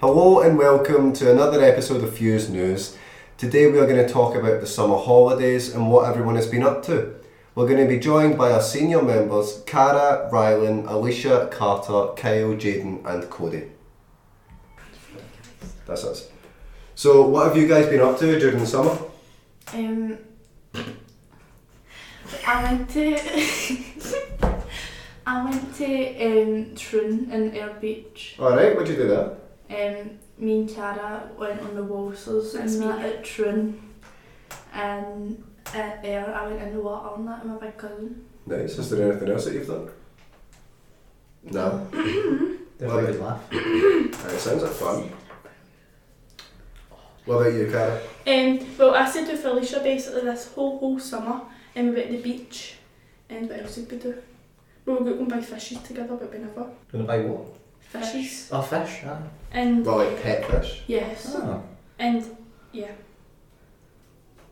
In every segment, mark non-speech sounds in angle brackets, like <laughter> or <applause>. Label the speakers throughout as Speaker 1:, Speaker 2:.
Speaker 1: Hello and welcome to another episode of Fuse News. Today we are going to talk about the summer holidays and what everyone has been up to. We're going to be joined by our senior members Cara, Rylan, Alicia, Carter, Kyle, Jaden, and Cody. That's us. So, what have you guys been up to during the summer?
Speaker 2: Um, I went to I went to um, Troon in Air Beach.
Speaker 1: Alright, what'd you do there?
Speaker 2: Um, me and Cara went on the waltzers and
Speaker 3: That's me.
Speaker 2: that at Troon. And at Air, I went in the water on that with my big cousin.
Speaker 1: Nice. Is there anything else that you've done? No.
Speaker 4: They're
Speaker 1: Well,
Speaker 4: a good
Speaker 1: they-
Speaker 4: laugh.
Speaker 1: Alright, sounds like fun. What about you, Cara?
Speaker 3: Um, well, I stayed with Felicia basically this whole whole summer, and we went to the beach, and what else did we do? We were going by fishes together, but we never
Speaker 4: Gonna buy what?
Speaker 3: fishes.
Speaker 4: Oh, fish. Ah.
Speaker 3: And
Speaker 1: Well, like pet fish.
Speaker 3: yes,
Speaker 2: Ah.
Speaker 1: Ah,
Speaker 4: Oh.
Speaker 3: and yeah,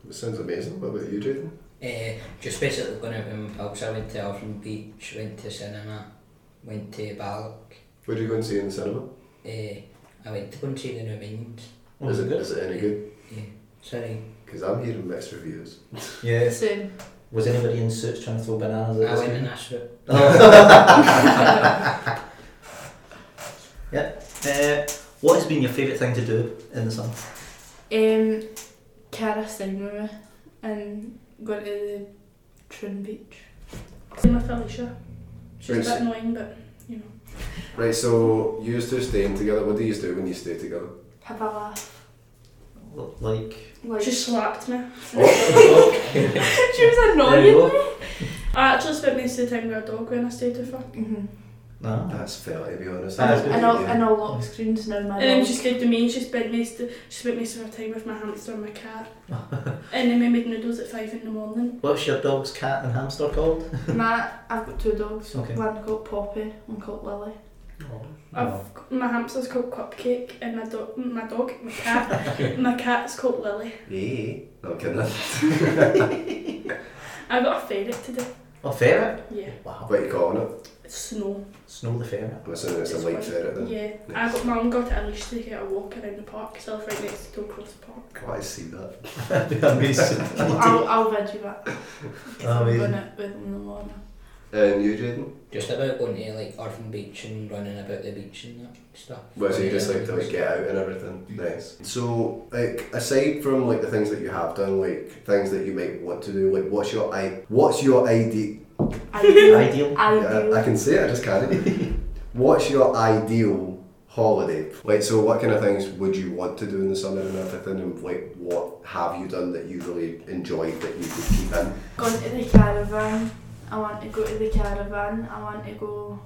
Speaker 1: It sounds amazing. What about you, Jaden?
Speaker 5: Uh, just basically going out with my pals. I went to Elfin Beach, went to cinema, went to Ballock.
Speaker 1: What did you go and see in the cinema?
Speaker 5: Uh, I went to go and see the new Minions.
Speaker 1: is it is it any Oh, good?
Speaker 5: eh, Sorry.
Speaker 1: Because I'm hearing mixed reviews.
Speaker 4: Yeah.
Speaker 3: Øhm,
Speaker 2: So,
Speaker 4: Was anybody in suits trying to throw bananas at
Speaker 5: I
Speaker 4: us? <laughs>
Speaker 5: went and asked for
Speaker 4: Uh, what has been your favourite thing to do in the summer?
Speaker 2: um, Cara sang with me and going to the Troon Beach.
Speaker 3: same with Felicia. She's
Speaker 1: Right,
Speaker 3: a
Speaker 1: so-
Speaker 3: bit annoying, but you know.
Speaker 1: Right, so you two staying together. What do you do when you stay together?
Speaker 2: Have a laugh.
Speaker 4: L- Like.
Speaker 2: Like,
Speaker 3: She slapped me. <laughs>
Speaker 2: she was
Speaker 3: er
Speaker 4: There you
Speaker 2: annoying.
Speaker 4: go.
Speaker 3: I actually spent most of the time with a dog when I stayed with her.
Speaker 2: Mm-hmm.
Speaker 4: No.
Speaker 1: That's fair, to be honest.
Speaker 4: That is good.
Speaker 2: And all, and all lock screens now, my
Speaker 3: And then
Speaker 2: dog.
Speaker 3: she stayed with me, she spent most of, she spent most of her time with my hamster and my cat. and then we made noodles at five in the morning.
Speaker 4: What's your dog's cat and hamster called?
Speaker 2: Matt, I've got two dogs.
Speaker 4: Okay. Oh,
Speaker 2: One called Poppy, one called Lily.
Speaker 3: I've got- my hamster's called Cupcake and my dog, my dog, my cat, my cat's called Lily.
Speaker 1: Hey, not kidding.
Speaker 3: I got a ferret today.
Speaker 4: Oh, ferret.
Speaker 3: Yeah,
Speaker 4: Wow.
Speaker 1: <laughs> What are you calling it?
Speaker 3: it's snow.
Speaker 4: Snow the ferret. <laughs>
Speaker 1: I'm assuming it's a
Speaker 3: It's
Speaker 1: light
Speaker 3: white.
Speaker 1: ferret then.
Speaker 3: Yeah, I got mum got it a leash to get a walk around the park because I live right next to Cross Park.
Speaker 1: Can I see that?
Speaker 4: That'd
Speaker 1: <laughs>
Speaker 4: be amazing.
Speaker 2: <laughs> I'll, I'll vid you back. 'cause I'm
Speaker 4: Amazing.
Speaker 2: going out with them in the morning.
Speaker 1: And you, Jaden?
Speaker 5: just about going to like Orphan Beach and running about the beach and that stuff.
Speaker 1: Well, so you just like to like get out and everything. Nice. So, like, aside from like the things that you have done, like things that you might want to do, like, what's your i? What's your idea?
Speaker 2: <laughs> Ideal.
Speaker 4: Ideal.
Speaker 1: Yeah,
Speaker 2: Ideal.
Speaker 1: I can say it, I just can't. What's your ideal holiday? Like, so what kind of things would you want to do in the summer and everything? And like, what have you done that you really enjoyed that you could keep in?
Speaker 2: Going to the caravan. I want to go to the caravan. I want to go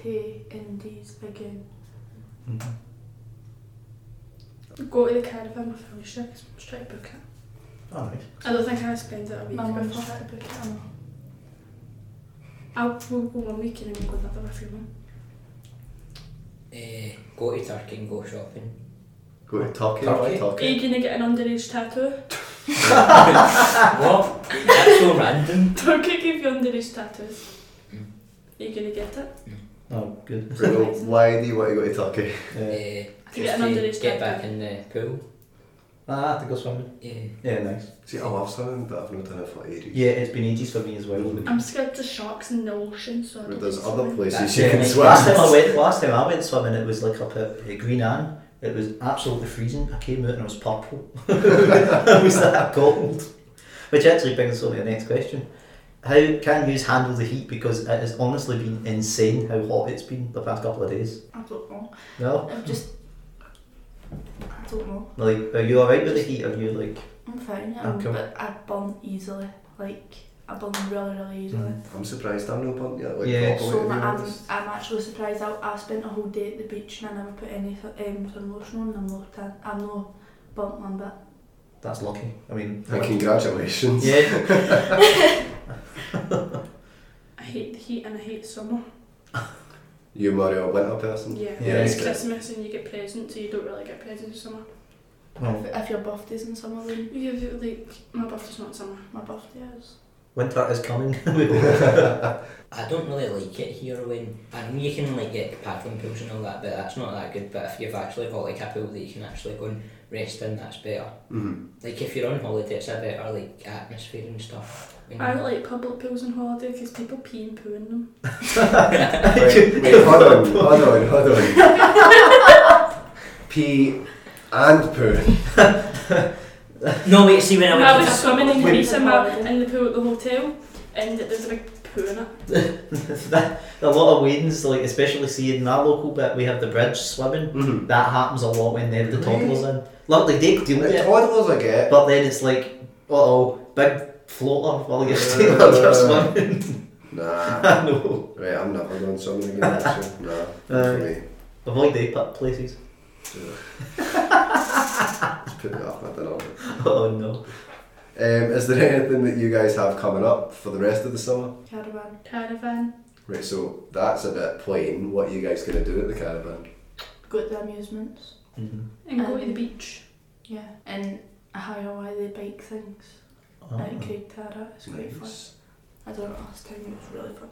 Speaker 2: to Indies again.
Speaker 4: Mhm.
Speaker 3: Go to the caravan with Alicia because I'm trying to book it.
Speaker 4: All right.
Speaker 3: I don't think I spend it a week
Speaker 2: My mum's
Speaker 3: with her.
Speaker 2: trying to book it on.
Speaker 3: I'll we'll go one week and then we'll go another with your mum.
Speaker 5: Uh, go to Turkey and go shopping.
Speaker 1: Go to Turkey.
Speaker 5: Turkey.
Speaker 3: Are you going to get an underage tattoo?
Speaker 5: what? That's so
Speaker 2: <laughs>
Speaker 5: random.
Speaker 3: Turkey gave you underage tattoos.
Speaker 1: Hmm.
Speaker 5: Mm.
Speaker 3: Are you going to get it?
Speaker 4: Oh, good.
Speaker 1: Bruno, why do you want to go to Turkey?
Speaker 4: Yeah.
Speaker 5: Uh,
Speaker 3: To get
Speaker 5: just
Speaker 3: an underage
Speaker 5: to get back
Speaker 3: tattoo.
Speaker 5: in the pool. Eh,
Speaker 4: Ah, I have to go swimming.
Speaker 5: Yeah.
Speaker 4: Yeah, nice.
Speaker 1: See, I love swimming, but I've not done it for ages.
Speaker 4: Yeah, it's been ages for me as well.
Speaker 1: Mm-hmm.
Speaker 3: I'm scared of sharks in the ocean, so I
Speaker 1: But
Speaker 3: don't
Speaker 1: there's
Speaker 3: think
Speaker 1: other
Speaker 3: so.
Speaker 1: places
Speaker 5: That's
Speaker 1: you
Speaker 5: it,
Speaker 1: can
Speaker 5: mate.
Speaker 4: <laughs>
Speaker 1: swim.
Speaker 4: Last time I went, last time I went swimming, it was like up at uh, Green Ann. It was absolutely freezing. I came out and I was purple. <laughs> I was that cold. Which actually brings us on to the next question. How can you handle the heat? Because it has honestly been insane how hot it's been the past couple of days.
Speaker 2: I don't know.
Speaker 4: No,
Speaker 2: I'm just. I don't know.
Speaker 4: like, are you alright with the heat? Are you like,
Speaker 2: I'm fine.
Speaker 4: Oh,
Speaker 2: I'm,
Speaker 4: cool.
Speaker 2: But I burn easily. Like, I burn really, really easily.
Speaker 4: Mm.
Speaker 1: I'm surprised I'm not burnt yet. Like,
Speaker 4: Yeah.
Speaker 1: properly,
Speaker 2: So
Speaker 1: to be
Speaker 2: like, I'm,
Speaker 1: honest.
Speaker 2: I'm actually surprised. I, I spent a whole day at the beach and I never put any um, sun lotion on. and I'm not tan. I'm not burnt one bit.
Speaker 4: that's lucky? I mean,
Speaker 1: And congratulations.
Speaker 4: yeah,
Speaker 3: I hate the heat and I hate summer.
Speaker 1: You Mario, a winter person.
Speaker 3: Yeah.
Speaker 4: Yeah.
Speaker 3: It's Christmas and you get presents, so you don't really get presents in summer.
Speaker 1: Oh.
Speaker 4: well,
Speaker 2: If, if your birthday's in summer, then
Speaker 3: You have, like, my birthday's not in summer.
Speaker 2: my birthday is.
Speaker 4: <laughs> winter is coming. We hope.
Speaker 5: I don't really like it here when I mean you can like get paddling pools and all that, but that's not that good. But if you've actually got like a pool that you can actually go and rest in, that's better.
Speaker 1: Mm-hmm.
Speaker 5: Like if you're on holiday, it's a better like atmosphere and stuff. When
Speaker 3: I
Speaker 5: you're-
Speaker 3: don't like public pools on holiday because people pee and poo in them.
Speaker 2: <laughs>
Speaker 1: Wait, wait, hold on, hold on, hold on. Pee and poo.
Speaker 5: No wait, see when I
Speaker 3: I
Speaker 5: went
Speaker 3: was
Speaker 5: to
Speaker 3: swimming in
Speaker 2: Wait.
Speaker 3: Greece in, my, in the pool at the hotel and there's a big poo in it.
Speaker 4: That- a lot of weddings, like especially see in our local bit, we have the bridge swimming.
Speaker 1: Mm-hmm.
Speaker 4: That happens a lot when they have the
Speaker 1: Really?
Speaker 4: toddlers in. Luckily they deal with
Speaker 1: The
Speaker 4: it,
Speaker 1: toddlers I get.
Speaker 4: but then it's like, uh oh, big floater while you're, still while you're
Speaker 1: Uh.
Speaker 4: swimming.
Speaker 1: Nah,
Speaker 4: <laughs> I know.
Speaker 1: right, I'm never doing something again. Actually. Nah,
Speaker 2: Uh.
Speaker 1: not for me.
Speaker 4: Avoid the pit places. <laughs>
Speaker 1: Just put it off, I don't know.
Speaker 4: Oh no.
Speaker 1: Um, is there anything that you guys have coming up for the rest of the summer?
Speaker 2: Caravan.
Speaker 3: Caravan.
Speaker 1: Right, so that's a bit plain. What are you guys going to do at the caravan?
Speaker 2: Go to the amusements.
Speaker 4: Mhm.
Speaker 3: And go to the
Speaker 2: Um,
Speaker 3: beach.
Speaker 2: Yeah. And hire away the bike things.
Speaker 4: Oh.
Speaker 2: At Craig Tara. It's quite fun. I done it last time. It was really fun.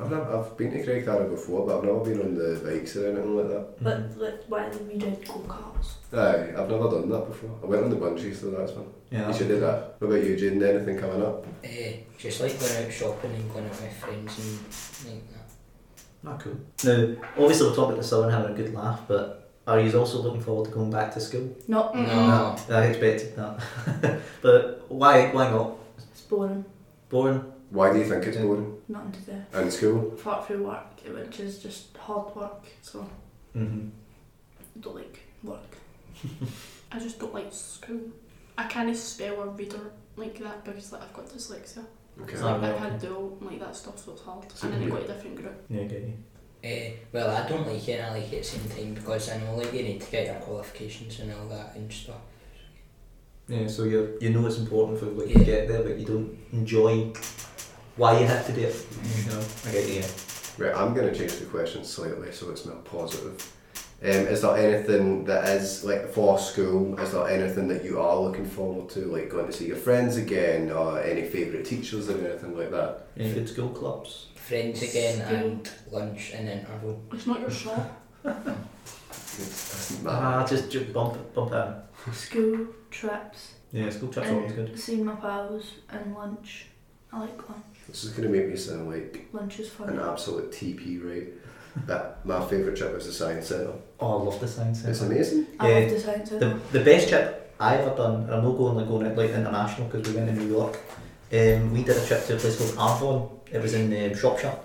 Speaker 1: I've, never, I've been to Craigara before, but I've never been on the bikes or anything like that.
Speaker 4: Mhm.
Speaker 2: But like, why did we did go karts?
Speaker 1: Aye, I've never done that before. I went on the bungee, so that's fun.
Speaker 4: Yeah.
Speaker 1: You should do that. What about you, Jane? Anything coming up?
Speaker 5: uh, just like going out shopping and going out with friends and like that.
Speaker 4: Not cool. Now, obviously we're talking about the summer and having a good laugh, but are you also looking forward to going back to school?
Speaker 2: No,
Speaker 5: No.
Speaker 4: I expected that. <laughs> but why why not?
Speaker 2: it's boring.
Speaker 4: Boring?
Speaker 1: Why do you think it's boring?
Speaker 2: Nothing to do.
Speaker 1: And school?
Speaker 2: Apart from work, which is just hard work. So
Speaker 4: <laughs> Mm-hmm.
Speaker 2: I don't like work.
Speaker 3: <laughs> I just don't like school. I can't spell or read or like that because like I've got dyslexia.
Speaker 1: Okay.
Speaker 3: So like, I
Speaker 4: Yeah.
Speaker 3: can't do all, like that stuff, Oh, so it's hard. And then I go to a different group.
Speaker 4: Yeah, I get you.
Speaker 5: Uh, well, I don't like it and I like it at the same time because I know like you need to get your qualifications and all that and stuff.
Speaker 4: Yeah, so you you know it's important for like
Speaker 5: Yeah.
Speaker 4: you get there, but you don't enjoy why you have to do it. You know, I get you.
Speaker 1: Right, I'm going to change the question slightly so it's more positive. Um, is there anything that is, like, for school, is there anything that you are looking forward to? Like, going to see your friends again or any favourite teachers or anything like that?
Speaker 4: Any good school clubs?
Speaker 5: Friends again and lunch and interval.
Speaker 3: It's not <laughs> your shop.
Speaker 1: It's- doesn't matter.
Speaker 4: Ah, just, just bump it, bump it. in.
Speaker 2: School trips.
Speaker 4: Yeah, school trips are
Speaker 2: and
Speaker 4: always good.
Speaker 2: Seeing my pals and lunch. I like lunch.
Speaker 1: This is going to make me sound like
Speaker 2: Lunch is
Speaker 1: an
Speaker 4: uh,
Speaker 2: fun.
Speaker 1: absolute TP, right? But my favourite trip was the Science Centre.
Speaker 4: Oh, I love the science
Speaker 1: It's
Speaker 4: centre.
Speaker 1: amazing.
Speaker 2: I
Speaker 4: Yeah.
Speaker 2: love the science centre.
Speaker 4: The, the best trip I ever done, and I'm not going like going out like international because we went to New York. Um, we did a trip to a place called Avon. It was in um, Shropshire.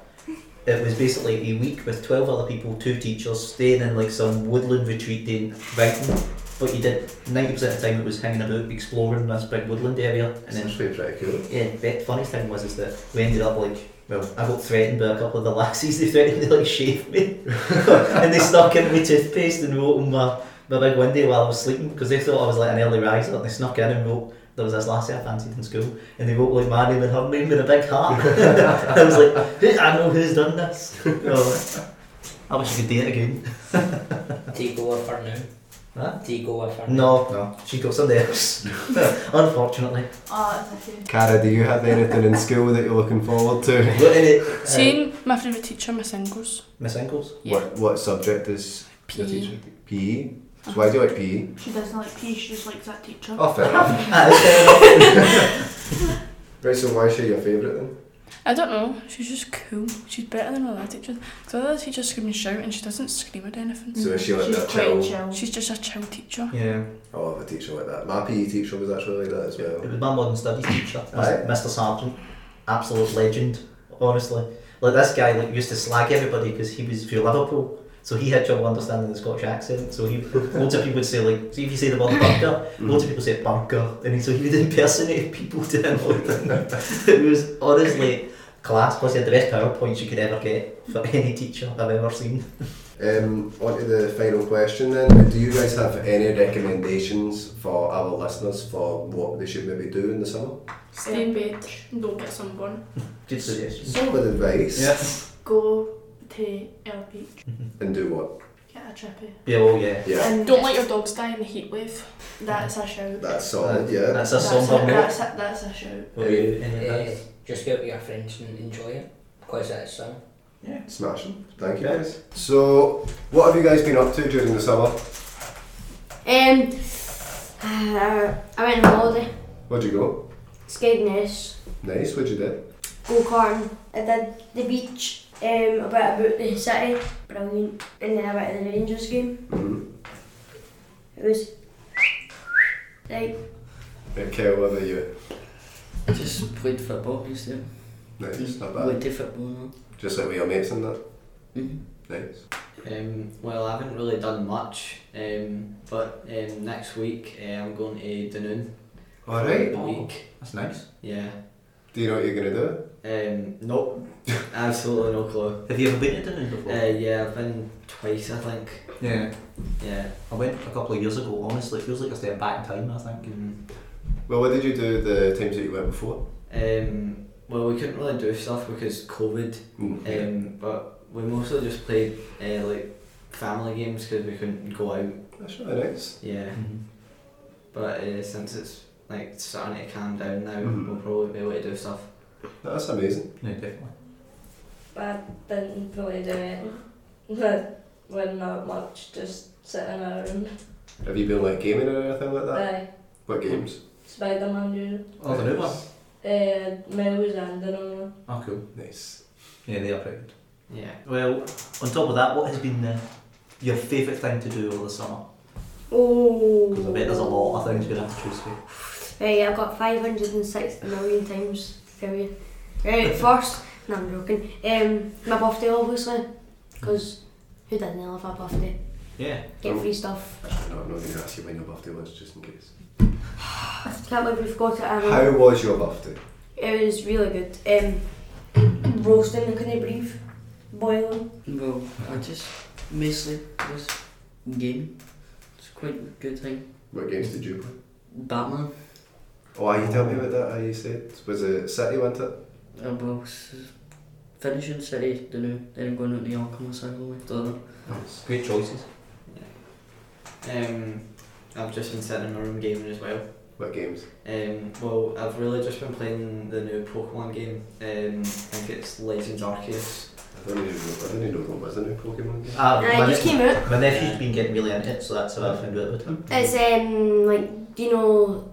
Speaker 4: It was basically a week with twelve other people, two teachers, staying in like some woodland retreat in Brighton. But you did ninety percent of the time it was hanging about, exploring this big woodland area, and
Speaker 1: It's
Speaker 4: then
Speaker 1: actually pretty cool.
Speaker 4: Yeah, the funniest thing was is that we ended up like, well, I got threatened by a couple of the <laughs> lassies. They threatened to like shave me, <laughs> and they snuck in with toothpaste and wrote on my, my big window while I was sleeping because they thought I was like an early riser. And they snuck in and wrote there was this lassie I fancied in school, and they wrote like my name and her name in a big heart. <laughs> I was like, who, I know who's done this. <laughs> Oh, I wish you could do it again.
Speaker 5: Do you go with her now?
Speaker 4: Huh?
Speaker 5: Do you go with her now?
Speaker 4: No, no, she got somebody else. <laughs> Unfortunately,
Speaker 2: Ah, it's a shame.
Speaker 1: Cara, do you have anything in school that you're looking forward to?
Speaker 4: Got any, uh,
Speaker 3: Seeing my favourite teacher, Miss Ingalls.
Speaker 4: Miss Ankles.
Speaker 3: Yeah.
Speaker 1: What what subject is your
Speaker 3: PE.
Speaker 1: teacher? PE. So why do you like PE?
Speaker 2: E. She doesn't like peas, she just likes that teacher.
Speaker 1: Oh, fair
Speaker 2: <laughs>
Speaker 1: enough.
Speaker 4: Ah, okay.
Speaker 1: Right, so why is she your favourite then?
Speaker 3: I don't know, she's just cool. She's better than all the other teachers. Because other teachers scream and shout and she doesn't scream at anything.
Speaker 1: So is she like
Speaker 2: Mm, She's
Speaker 1: that
Speaker 2: quite
Speaker 1: chill?
Speaker 2: chill.
Speaker 3: She's just a chill teacher.
Speaker 4: Yeah.
Speaker 1: Oh, I love a teacher like that. My PE teacher was actually like that as
Speaker 4: It
Speaker 1: well.
Speaker 4: was my modern studies teacher,
Speaker 1: Aye.
Speaker 4: Mr. Sargent. Absolute legend, honestly. Like this guy like used to slag everybody because he was from Liverpool. So he had trouble understanding the Scottish accent. So he loads of people would say like so if you say
Speaker 1: <laughs>
Speaker 4: the word bunker,
Speaker 2: Mm-hmm.
Speaker 1: Mm-hmm.
Speaker 4: loads of people say bunker and he, so he would impersonate people to him all the time. <laughs> It was honestly class, plus he had the best PowerPoints you could ever get for any teacher I've ever seen.
Speaker 1: Um, on to the final question then. Do you guys have any recommendations for our listeners for what they should maybe do in the summer?
Speaker 3: Stay in bed and don't get sunburned.
Speaker 4: Good suggestions.
Speaker 1: Some with advice.
Speaker 2: Go to El Beach,
Speaker 1: And do what?
Speaker 2: get a trippy.
Speaker 4: Yeah, oh yeah.
Speaker 1: Yeah.
Speaker 2: And
Speaker 3: Don't let your dogs die in the heat wave.
Speaker 2: That's a shout.
Speaker 1: That's solid, yeah.
Speaker 4: That's a
Speaker 2: that's, a,
Speaker 4: somber note.
Speaker 2: that's, a, that's a shout.
Speaker 4: What were you- any
Speaker 6: Eh.
Speaker 5: Uh,
Speaker 4: advice?
Speaker 5: just go out with your friends and enjoy it.
Speaker 7: because it's summer.
Speaker 1: Smashing. Thank you
Speaker 4: Yeah.
Speaker 1: guys. So, what have you guys been up to during the summer?
Speaker 8: Um, uh, I went on holiday,
Speaker 1: Where'd you go?
Speaker 8: Skegness,
Speaker 1: Nice. What'd you do?
Speaker 8: go karting. I did the beach, um, a bit about the city, brilliant. And then I went to the Rangers game.
Speaker 1: Mm-hmm.
Speaker 8: It was like
Speaker 1: Okay, what about you?
Speaker 6: I just played football just then.
Speaker 1: Nice. Not bad.
Speaker 6: Went to football now.
Speaker 1: Just like with your mates and that.
Speaker 6: Mhm.
Speaker 1: Nice.
Speaker 9: Um, well, I haven't really done much, um, but um, next week uh, I'm going to Dunoon
Speaker 1: All
Speaker 9: for
Speaker 1: right.
Speaker 9: the week.
Speaker 4: That's nice.
Speaker 9: Yeah.
Speaker 1: Do you know what you're gonna do?
Speaker 9: Um, nope. <laughs> Absolutely no clue.
Speaker 4: Have you ever been to Dunoon before?
Speaker 9: Uh, yeah, I've been twice, I think.
Speaker 4: yeah.
Speaker 9: Yeah.
Speaker 4: I went a couple of years ago, honestly, it feels like I stayed back in time, I think.
Speaker 9: Mhm.
Speaker 1: Well, what did you do the times that you went before?
Speaker 9: Um, well, we couldn't really do stuff because COVID,
Speaker 1: Mm.
Speaker 9: um, but we mostly just played uh, like family games because we couldn't go out.
Speaker 1: That's really nice.
Speaker 9: Yeah.
Speaker 4: Mm-hmm.
Speaker 9: But uh, since it's like starting to calm down now,
Speaker 1: Mhm.
Speaker 9: we'll probably be able to do stuff.
Speaker 1: That's amazing.
Speaker 4: No, definitely.
Speaker 10: I didn't really do it. Well, not much, just sitting around.
Speaker 1: Have you been like gaming or anything like
Speaker 9: Uh,
Speaker 1: that?
Speaker 10: Aye,
Speaker 1: What games?
Speaker 10: Spider Man usual.
Speaker 4: Oh, the new one.
Speaker 10: Uh, Miles and them.
Speaker 4: Oh, cool.
Speaker 1: Nice.
Speaker 4: Yeah, they are pretty good.
Speaker 9: Yeah.
Speaker 4: Well, on top of that, what has been uh, your favourite thing to do over the summer?
Speaker 8: oh.
Speaker 4: Because I bet there's a lot of things you're going to have to choose from.
Speaker 8: Right, I've got 560 million times to tell you.
Speaker 4: <laughs>
Speaker 8: Right, first, no, I'm joking. Um, my birthday, obviously, because who didn't love a birthday?
Speaker 4: Yeah.
Speaker 8: Get free stuff.
Speaker 1: No, I'm not gonna ask you when your birthday was, just in case.
Speaker 8: <sighs> Can't believe we've got it. I know.
Speaker 1: How was your birthday?
Speaker 8: It was really good. Um, roasting, I couldn't breathe. Boiling.
Speaker 6: Well, I just mostly was game. It's quite a good thing.
Speaker 1: What games did you play?
Speaker 6: Batman.
Speaker 1: Oh, aye, you tell me about that. How you said was it City? Went it?
Speaker 6: Uh, well, s- finishing City, don't know. Then I'm going out to the Alchemist Circle after that.
Speaker 1: Nice.
Speaker 4: Great choices.
Speaker 9: Um, I've just been sitting in my room gaming as well.
Speaker 1: What games?
Speaker 9: Um, well, I've really just been playing the new Pokemon game. Um, I think it's Legends Arceus.
Speaker 1: I don't even know. I don't even know what was the new Pokemon game.
Speaker 4: Uh,
Speaker 8: And it just came out.
Speaker 4: my nephew's been getting really into it, so that's how I found out about him.
Speaker 8: It's um like do you know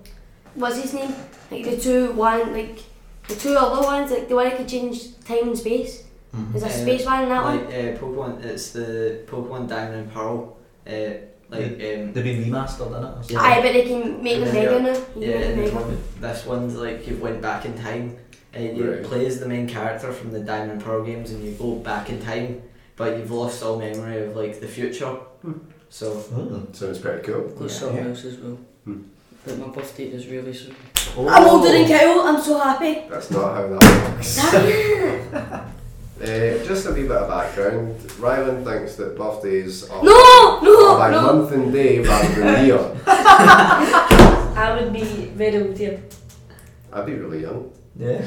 Speaker 8: what's his name? Like the two one like the two other ones like the one that could change time and space.
Speaker 4: Mm-hmm.
Speaker 8: There's a
Speaker 9: Uh,
Speaker 8: space one in that
Speaker 9: like
Speaker 8: one.
Speaker 9: Uh, Pokemon, it's the Pokemon Diamond and Pearl. Uh, like um,
Speaker 4: They've been remastered, innit?
Speaker 9: yeah.
Speaker 8: Aye, but they can make
Speaker 9: And
Speaker 8: them
Speaker 9: then
Speaker 8: bigger
Speaker 9: you're-
Speaker 8: now. You
Speaker 9: yeah,
Speaker 8: can make
Speaker 9: and
Speaker 8: them
Speaker 9: it's
Speaker 8: bigger.
Speaker 9: one- this one's like you went back in time. Uh, you
Speaker 1: Right.
Speaker 9: play as the main character from the Diamond and Pearl games, and you go back in time, but you've lost all memory of like the future.
Speaker 11: Hmm.
Speaker 9: So
Speaker 4: Oh.
Speaker 1: Sounds pretty cool.
Speaker 6: I've got
Speaker 9: Yeah.
Speaker 6: something else as well.
Speaker 1: Hmm.
Speaker 6: But my birthday is really soon.
Speaker 8: I'm older than Kyle, I'm so
Speaker 9: <laughs>
Speaker 8: happy.
Speaker 1: That's not how that works. Uh, just a wee bit of background. Rylan thinks that birthdays are
Speaker 8: No, no,
Speaker 1: by
Speaker 8: no.
Speaker 1: month and day rather than year.
Speaker 10: I would be very old here.
Speaker 1: I'd be really young.
Speaker 4: Yeah.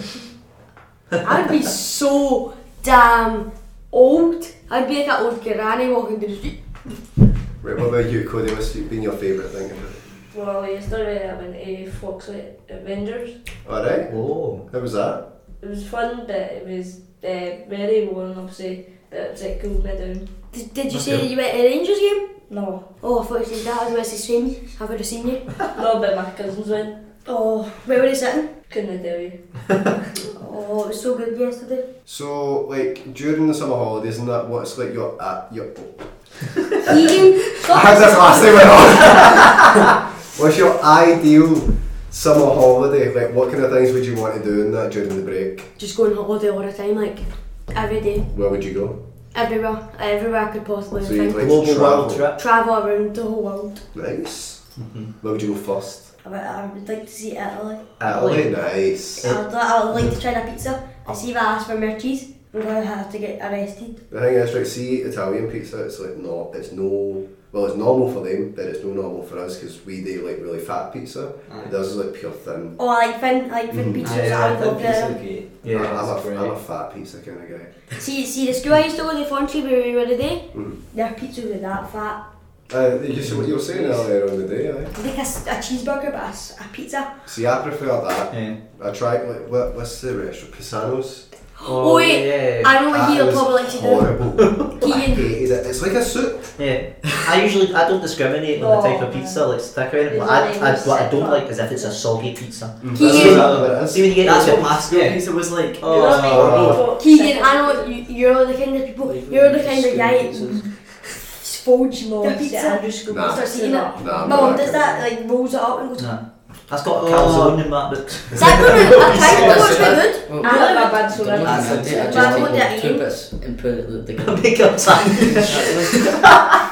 Speaker 8: <laughs> I'd be so damn old. I'd be like an old granny walking through the street.
Speaker 1: Right, what about you, Cody? What's been your favourite thing? about it?
Speaker 10: Well, yesterday I went to Foxlight Avengers.
Speaker 1: All right.
Speaker 4: Oh.
Speaker 1: How was that?
Speaker 10: It was fun, but it was uh, very worn, obviously, but it was like cooled me down.
Speaker 8: Did, did you
Speaker 4: That's
Speaker 8: say that you went to the Rangers game?
Speaker 10: No,
Speaker 8: Oh, I thought you said that. I was about to say me. I would have seen you.
Speaker 10: no, but my cousins went.
Speaker 8: Oh, where were you sitting?
Speaker 10: Couldn't tell
Speaker 8: <laughs>
Speaker 10: you.
Speaker 8: Oh, it was so good yesterday.
Speaker 1: So, like during the summer holidays and that, what's like your uh, your?
Speaker 8: Eating.
Speaker 1: I had this last time went on. <laughs> what's your ideal summer holiday? Like, what kind of things would you want to do in that during the break?
Speaker 8: Just going holiday all the time, like every day,
Speaker 1: Where would you go?
Speaker 8: everywhere, everywhere I could possibly
Speaker 1: So you'd
Speaker 8: think.
Speaker 1: like
Speaker 4: Global
Speaker 1: to travel?
Speaker 4: world trip.
Speaker 8: Travel around the whole world.
Speaker 1: Nice.
Speaker 4: Mm-hmm.
Speaker 1: Where would you go first?
Speaker 8: I would, I would like to see Italy.
Speaker 1: Italy. Nice.
Speaker 8: I would, I would like to try that pizza. I see if I ask for more cheese, I'm gonna have to get arrested.
Speaker 1: The thing is, right, see Italian pizza, it's like not, it's no, well, it's normal for them, but it's no normal for us because we do like really fat pizza.
Speaker 9: Aye.
Speaker 1: and Theirs is like pure thin.
Speaker 8: Oh, I like thin, I like thin
Speaker 1: Mhm.
Speaker 8: pizzas.
Speaker 9: Yeah,
Speaker 8: I would love
Speaker 9: pizza
Speaker 8: them.
Speaker 11: <laughs>
Speaker 9: great.
Speaker 4: Yeah,
Speaker 1: I'm,
Speaker 9: that's
Speaker 1: a,
Speaker 9: great.
Speaker 1: am a fat pizza kind of guy.
Speaker 8: See, see the school I used to go to, Fontree, where we were today.
Speaker 1: Mhm.
Speaker 8: Their pizza was that fat.
Speaker 1: Uh, you see what you were saying earlier on the day, aye?
Speaker 8: Like a, s- a cheeseburger, but a, s- a pizza.
Speaker 1: See, I prefer that.
Speaker 4: Yeah.
Speaker 1: I try, like, what, what's the restaurant? Pisano's?
Speaker 11: Oh, wait,
Speaker 4: yeah.
Speaker 11: I know what
Speaker 1: That
Speaker 11: he'll
Speaker 1: was
Speaker 11: probably like to do. <laughs>
Speaker 1: horrible. I
Speaker 11: Keegan.
Speaker 1: hated it. It's like a soup.
Speaker 4: Yeah, I usually I don't discriminate on the type of
Speaker 8: Oh,
Speaker 4: pizza like stick around.
Speaker 8: It's
Speaker 4: Like, I,
Speaker 8: not
Speaker 4: I,
Speaker 8: even
Speaker 4: what I don't
Speaker 8: sick.
Speaker 4: like is if it's a soggy pizza.
Speaker 1: That's
Speaker 11: Keegan.
Speaker 1: exactly what it is.
Speaker 4: See when you get
Speaker 6: That's
Speaker 4: like
Speaker 6: what
Speaker 4: a-
Speaker 6: my school
Speaker 4: yeah.
Speaker 6: pizza was like.
Speaker 1: Oh.
Speaker 11: Keegan, I know you, you're the kind of people, you're the kind of guy that folds long pizza.
Speaker 1: Nah.
Speaker 11: Starts eating it.
Speaker 1: Nah, I'm
Speaker 11: Mum
Speaker 1: not
Speaker 11: does
Speaker 1: that
Speaker 11: that, like rolls it up and goes,
Speaker 4: Nah. That's got a
Speaker 6: Oh.
Speaker 4: calzone in that, but
Speaker 11: Is that
Speaker 4: <laughs>
Speaker 11: good? I've tried it, it's not good.
Speaker 6: Well,
Speaker 8: I like Ah, my bad so
Speaker 6: don't
Speaker 8: that's
Speaker 6: know, I did- I
Speaker 11: But I
Speaker 6: just
Speaker 11: know
Speaker 6: take
Speaker 11: they're
Speaker 6: like two
Speaker 11: eating.
Speaker 6: bits and put it like
Speaker 4: I <laughs>
Speaker 6: the
Speaker 8: <laughs>
Speaker 4: make a sandwich.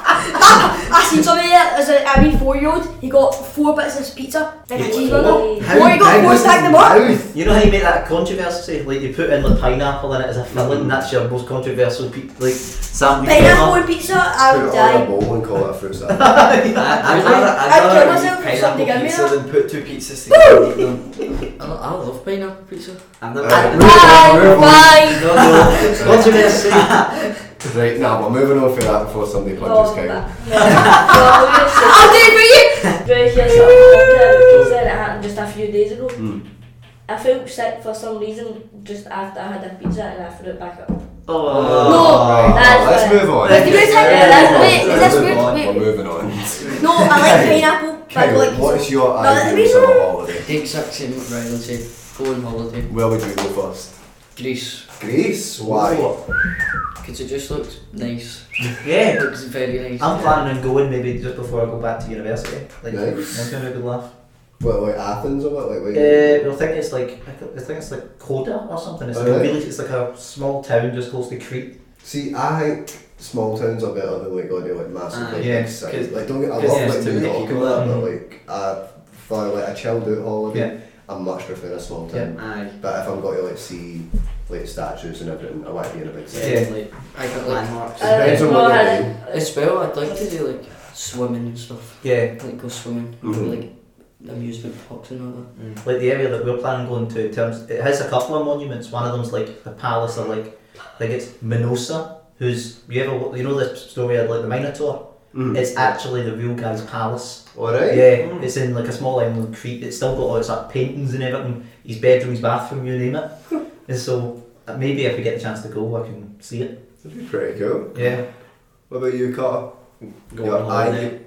Speaker 11: I seen somebody there as a, a wee four year old, he got four bits of this pizza, like a cheeseburger.
Speaker 8: Really?
Speaker 11: Or he got
Speaker 1: big
Speaker 11: four
Speaker 1: is
Speaker 11: stacked
Speaker 1: his
Speaker 11: them up.
Speaker 1: mouth?
Speaker 4: You know how you make that a controversy? Like you put in like pineapple in it as a
Speaker 6: Mm.
Speaker 4: filling. That's your most controversial pe- like sandwich.
Speaker 11: Pineapple and pizza, I
Speaker 1: Put
Speaker 11: would
Speaker 1: it on a
Speaker 11: die.
Speaker 1: bowl and call it a fruit salad.
Speaker 11: <laughs>
Speaker 6: I,
Speaker 11: I'd kill myself if something got me
Speaker 9: pizza
Speaker 11: that.
Speaker 9: than put two pizzas together. and eat them.
Speaker 6: I, I love pineapple pizza.
Speaker 9: I've
Speaker 11: Ah!
Speaker 9: never
Speaker 1: Uh,
Speaker 9: had it.
Speaker 11: Bye, bye.
Speaker 4: No,
Speaker 11: <laughs>
Speaker 4: no. Controversy.
Speaker 1: right, now we're moving on for that before somebody punches Kyle.
Speaker 8: Well,
Speaker 11: I'll do it for you.
Speaker 8: <laughs> here's something that said it happened just a few days ago.
Speaker 1: Mm.
Speaker 8: I felt sick for some reason just after I had a pizza and I threw it back up.
Speaker 4: Oh.
Speaker 1: Right,
Speaker 8: that's
Speaker 1: let's
Speaker 8: fine.
Speaker 1: move on.
Speaker 11: Wait, did you guys have-
Speaker 1: Let's
Speaker 11: that's-
Speaker 1: move on.
Speaker 11: wait, is
Speaker 1: Let's
Speaker 11: this
Speaker 1: move
Speaker 11: weird?
Speaker 1: on.
Speaker 11: Wait.
Speaker 1: We're moving on.
Speaker 11: No, I like pineapple. but I
Speaker 1: Kyle,
Speaker 11: like
Speaker 1: what
Speaker 11: pizza.
Speaker 1: is your
Speaker 11: No, let me
Speaker 1: ideal summer holiday?
Speaker 6: The exact same what Ryan said. Go on holiday.
Speaker 1: Where would you go first?
Speaker 6: Greece.
Speaker 1: Greece? Why?
Speaker 6: Because it just looks nice. It
Speaker 4: Yeah.
Speaker 6: looks very nice.
Speaker 4: I'm planning on going maybe just before I go back to university. Like,
Speaker 1: Nice.
Speaker 4: that's gonna be a good laugh.
Speaker 1: What, like Athens or what? Like,
Speaker 4: Uh,
Speaker 1: like
Speaker 4: we'll think it's like I think- I think it's like Koda or something. It's like a
Speaker 1: Alright.
Speaker 4: village. It's like a small town just close to Crete.
Speaker 1: See, I think small towns are better than like going to like massive
Speaker 6: Aye.
Speaker 1: like,
Speaker 4: Yeah,
Speaker 1: big cities.
Speaker 9: 'cause-
Speaker 1: Like don't get I
Speaker 9: 'cause
Speaker 1: love
Speaker 9: there's
Speaker 1: like
Speaker 9: too
Speaker 1: New
Speaker 9: many
Speaker 1: York and
Speaker 9: people
Speaker 1: that,
Speaker 4: there.
Speaker 1: but like uh, for like a chilled out holiday, I much prefer a small town.
Speaker 9: Aye.
Speaker 1: But if I'm going to like see like statues and everything, I like being a big city.
Speaker 4: Yeah.
Speaker 6: Like, I got like
Speaker 9: Landmarks.
Speaker 8: Uh,
Speaker 1: Depends on
Speaker 8: well,
Speaker 1: what
Speaker 8: I-
Speaker 1: you're doing.
Speaker 6: as well. I'd like to do like swimming and stuff.
Speaker 4: Yeah,
Speaker 6: Like go swimming,
Speaker 9: Mm-hmm.
Speaker 1: Mhm.
Speaker 6: like amusement parks and all that.
Speaker 4: like the area that we're planning on going to. in Terms it has a couple of monuments. One of them's like the palace of like like it's Minosa, who's you ever you know the story of like the Minotaur. It's actually the real guy's palace.
Speaker 1: Alright.
Speaker 4: Yeah,
Speaker 9: Mm.
Speaker 4: it's in like a small island on Crete. It's still got all its like paintings and everything. His bedroom, his bathroom, you name it. and so uh, maybe if we get the chance to go, I can see it.
Speaker 1: That'd be pretty cool.
Speaker 4: Yeah.
Speaker 1: What about you, Carter?
Speaker 9: Go
Speaker 1: Your
Speaker 9: on holiday.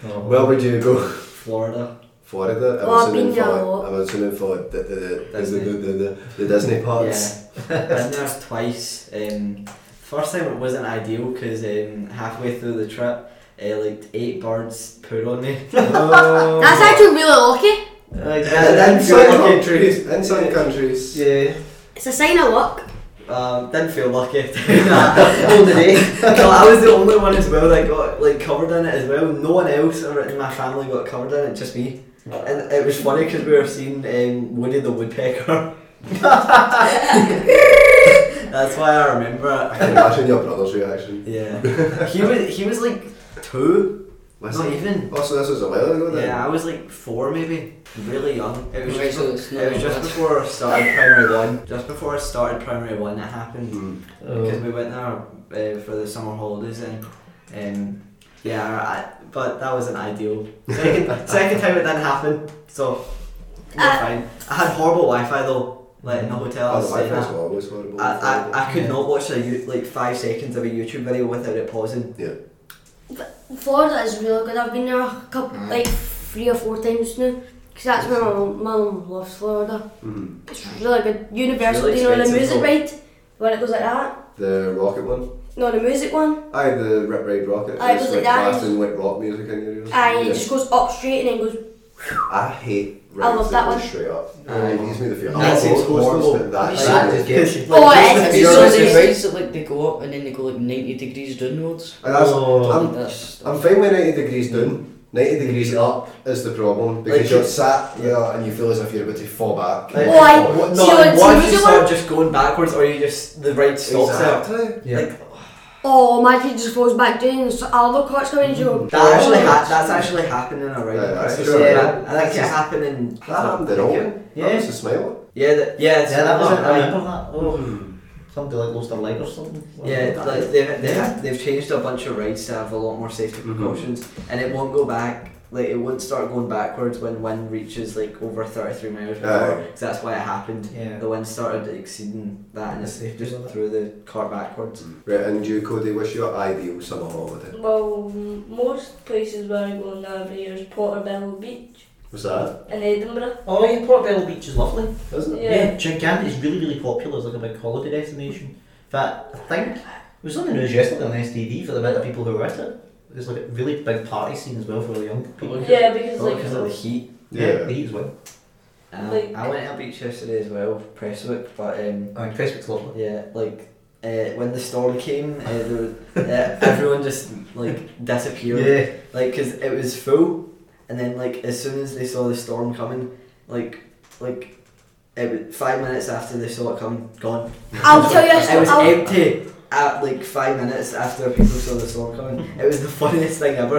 Speaker 1: ideal- Where would you go? <laughs>
Speaker 9: Florida.
Speaker 1: Florida? I'm
Speaker 11: Oh, I've
Speaker 1: assuming
Speaker 11: been there
Speaker 1: for
Speaker 11: a
Speaker 1: like,
Speaker 11: lot.
Speaker 1: I'm assuming for the the, the, the,
Speaker 9: Disney.
Speaker 1: the, the, the, the Disney parts.
Speaker 9: <laughs> Yeah. Been there twice. Um, first time it wasn't ideal because um, halfway through the trip, uh, like eight birds put on me.
Speaker 1: Oh.
Speaker 11: That's actually really lucky.
Speaker 4: Uh,
Speaker 1: In
Speaker 4: yeah.
Speaker 9: That's-
Speaker 1: some
Speaker 9: Yeah.
Speaker 1: countries. In some countries.
Speaker 4: yeah.
Speaker 11: It's a sign of luck.
Speaker 9: Um, didn't feel lucky. <laughs>
Speaker 4: All the day.
Speaker 9: No, I was the only one as well that got like covered in it as well. No one else or in my family got covered in it, just me. And it was funny because we were seeing um, Woody the Woodpecker. <laughs> That's why I remember
Speaker 1: I
Speaker 9: it.
Speaker 1: can imagine your brother's reaction.
Speaker 9: Yeah, he was he was like two,
Speaker 1: Was
Speaker 9: not
Speaker 1: he?
Speaker 9: even.
Speaker 1: Oh, so this was a while ago then?
Speaker 9: Yeah, I was like four maybe, really young. It was
Speaker 6: Right,
Speaker 9: just,
Speaker 6: so it's not
Speaker 9: it was
Speaker 6: that
Speaker 9: just
Speaker 6: bad.
Speaker 9: before I started primary one. Just before I started primary one, that happened.
Speaker 1: Hmm.
Speaker 4: Oh. Um,
Speaker 9: because we went there uh, for the summer holidays and um, yeah, I, but that
Speaker 4: <laughs>
Speaker 9: wasn't ideal. Second, second time it didn't happen, so we're
Speaker 11: Uh,
Speaker 9: fine. I had horrible Wi-Fi though, like in the
Speaker 4: Mm.
Speaker 9: hotel. I
Speaker 1: Oh,
Speaker 9: was
Speaker 1: the
Speaker 9: staying
Speaker 1: Wi-Fi's
Speaker 9: at.
Speaker 1: always horrible.
Speaker 9: I, I, I could
Speaker 4: Yeah.
Speaker 9: not watch a, you- like five seconds of a YouTube video without it pausing.
Speaker 11: Florida is really good. I've been there a couple,
Speaker 9: Mm.
Speaker 11: like three or four times now. Because that's where my mum, my mum loves Florida.
Speaker 1: Mhm.
Speaker 11: It's really good. Universal,
Speaker 9: really
Speaker 11: do you know the
Speaker 9: expensive,
Speaker 11: music
Speaker 9: though.
Speaker 11: ride? When it goes like that?
Speaker 1: The rocket one.
Speaker 11: No, the music one.
Speaker 1: Aye, the Rip Ride Rocket.
Speaker 11: Aye, it
Speaker 1: it's
Speaker 11: was
Speaker 1: like
Speaker 11: like that.
Speaker 1: blasting like rock music in your ears.
Speaker 11: Aye, and
Speaker 1: Yeah.
Speaker 11: it just goes up straight and then goes.
Speaker 1: I hate
Speaker 11: I
Speaker 1: rides
Speaker 11: love
Speaker 1: that
Speaker 11: that
Speaker 1: go
Speaker 11: one.
Speaker 1: straight up.
Speaker 9: Aye.
Speaker 1: It gives me the fear.
Speaker 9: That
Speaker 1: I love
Speaker 9: seems
Speaker 1: roller coasters,
Speaker 9: horrible.
Speaker 1: but that
Speaker 6: Like,
Speaker 1: shit
Speaker 4: That
Speaker 1: is-
Speaker 4: just gets
Speaker 11: <laughs>
Speaker 4: you.
Speaker 11: Oh,
Speaker 6: Like,
Speaker 11: it
Speaker 6: have
Speaker 11: is.
Speaker 6: you
Speaker 11: It's
Speaker 6: seen
Speaker 11: so
Speaker 6: the
Speaker 11: nice.
Speaker 6: rides that like they go up and then they go like ninety degrees downwards?
Speaker 1: And that's,
Speaker 4: Oh.
Speaker 1: I'm,
Speaker 9: Um,
Speaker 6: That's-
Speaker 1: I'm fine with 90 degrees down. 90 degrees up is the problem because
Speaker 9: Like,
Speaker 1: you're sat there and you feel as if you're about to fall back.
Speaker 9: Like,
Speaker 11: Oh, I-
Speaker 9: what-
Speaker 11: see
Speaker 9: no,
Speaker 11: what-
Speaker 9: like,
Speaker 11: see
Speaker 9: once
Speaker 11: what
Speaker 9: you
Speaker 11: you
Speaker 9: start
Speaker 11: want?
Speaker 9: just going backwards, or you just the ride stops
Speaker 1: Exactly.
Speaker 9: there.
Speaker 4: Yeah.
Speaker 9: Like
Speaker 11: Oh, imagine it just falls back down and so other cart's coming and you go.
Speaker 8: Oh,
Speaker 9: that actually ha- that's actually happened in a ride.
Speaker 1: Yeah, that's
Speaker 9: That's
Speaker 1: true.
Speaker 9: yeah, I think
Speaker 4: That's
Speaker 9: it
Speaker 4: just-
Speaker 9: happened in.
Speaker 1: That happened at all. That
Speaker 4: Yeah.
Speaker 1: was a smile. Mm-hmm.
Speaker 9: Yeah, that, yeah, it's
Speaker 4: Yeah, that was it. I
Speaker 9: Aye.
Speaker 4: remember that. Oh, somebody like lost their leg or something.
Speaker 9: Yeah,
Speaker 4: Mm-hmm.
Speaker 9: like they've, they've, they've changed a bunch of rights to have a lot more safety
Speaker 1: Mhm.
Speaker 9: precautions, and it won't go back like it won't start going backwards when wind reaches like over thirty three miles per
Speaker 1: Aye.
Speaker 9: hour. 'cause that's why it happened.
Speaker 4: Yeah.
Speaker 9: The wind started exceeding that, and
Speaker 4: The
Speaker 9: it's
Speaker 4: safety
Speaker 9: just
Speaker 4: limit.
Speaker 9: threw the cart backwards.
Speaker 1: Right, and you, Cody, what's your ideal summer holiday?
Speaker 8: Well, m- most places where I go now every year is Portobello Beach
Speaker 1: What's that?
Speaker 8: in Edinburgh.
Speaker 4: Oh, yeah, Portobello Beach is lovely.
Speaker 1: Isn't it?
Speaker 8: Yeah.
Speaker 4: Yeah, Gigant is really, really popular as like a big holiday destination. In fact, I think it was on the news yesterday on STD for the amount of people who were at it. There's like a really big party scene as well for the young people.
Speaker 8: Yeah, because
Speaker 9: Probably because of the
Speaker 8: like
Speaker 9: heat.
Speaker 4: Yeah, me as well.
Speaker 9: Um,
Speaker 8: Like-
Speaker 9: I went to a beach yesterday as well, Presswick, but um,
Speaker 4: I mean, Prestwick's lovely.
Speaker 9: Yeah, like uh, when the storm came, uh, there was,
Speaker 4: <laughs>
Speaker 9: uh, everyone just like disappeared.
Speaker 4: Yeah.
Speaker 9: Like, cause it was full, and then like as soon as they saw the storm coming, like like it was five minutes after they saw it coming, gone.
Speaker 11: I'll tell you a
Speaker 9: It
Speaker 11: story.
Speaker 9: was
Speaker 11: I'll,
Speaker 9: empty at like five minutes after people saw the storm coming. It was the <laughs> funniest thing ever.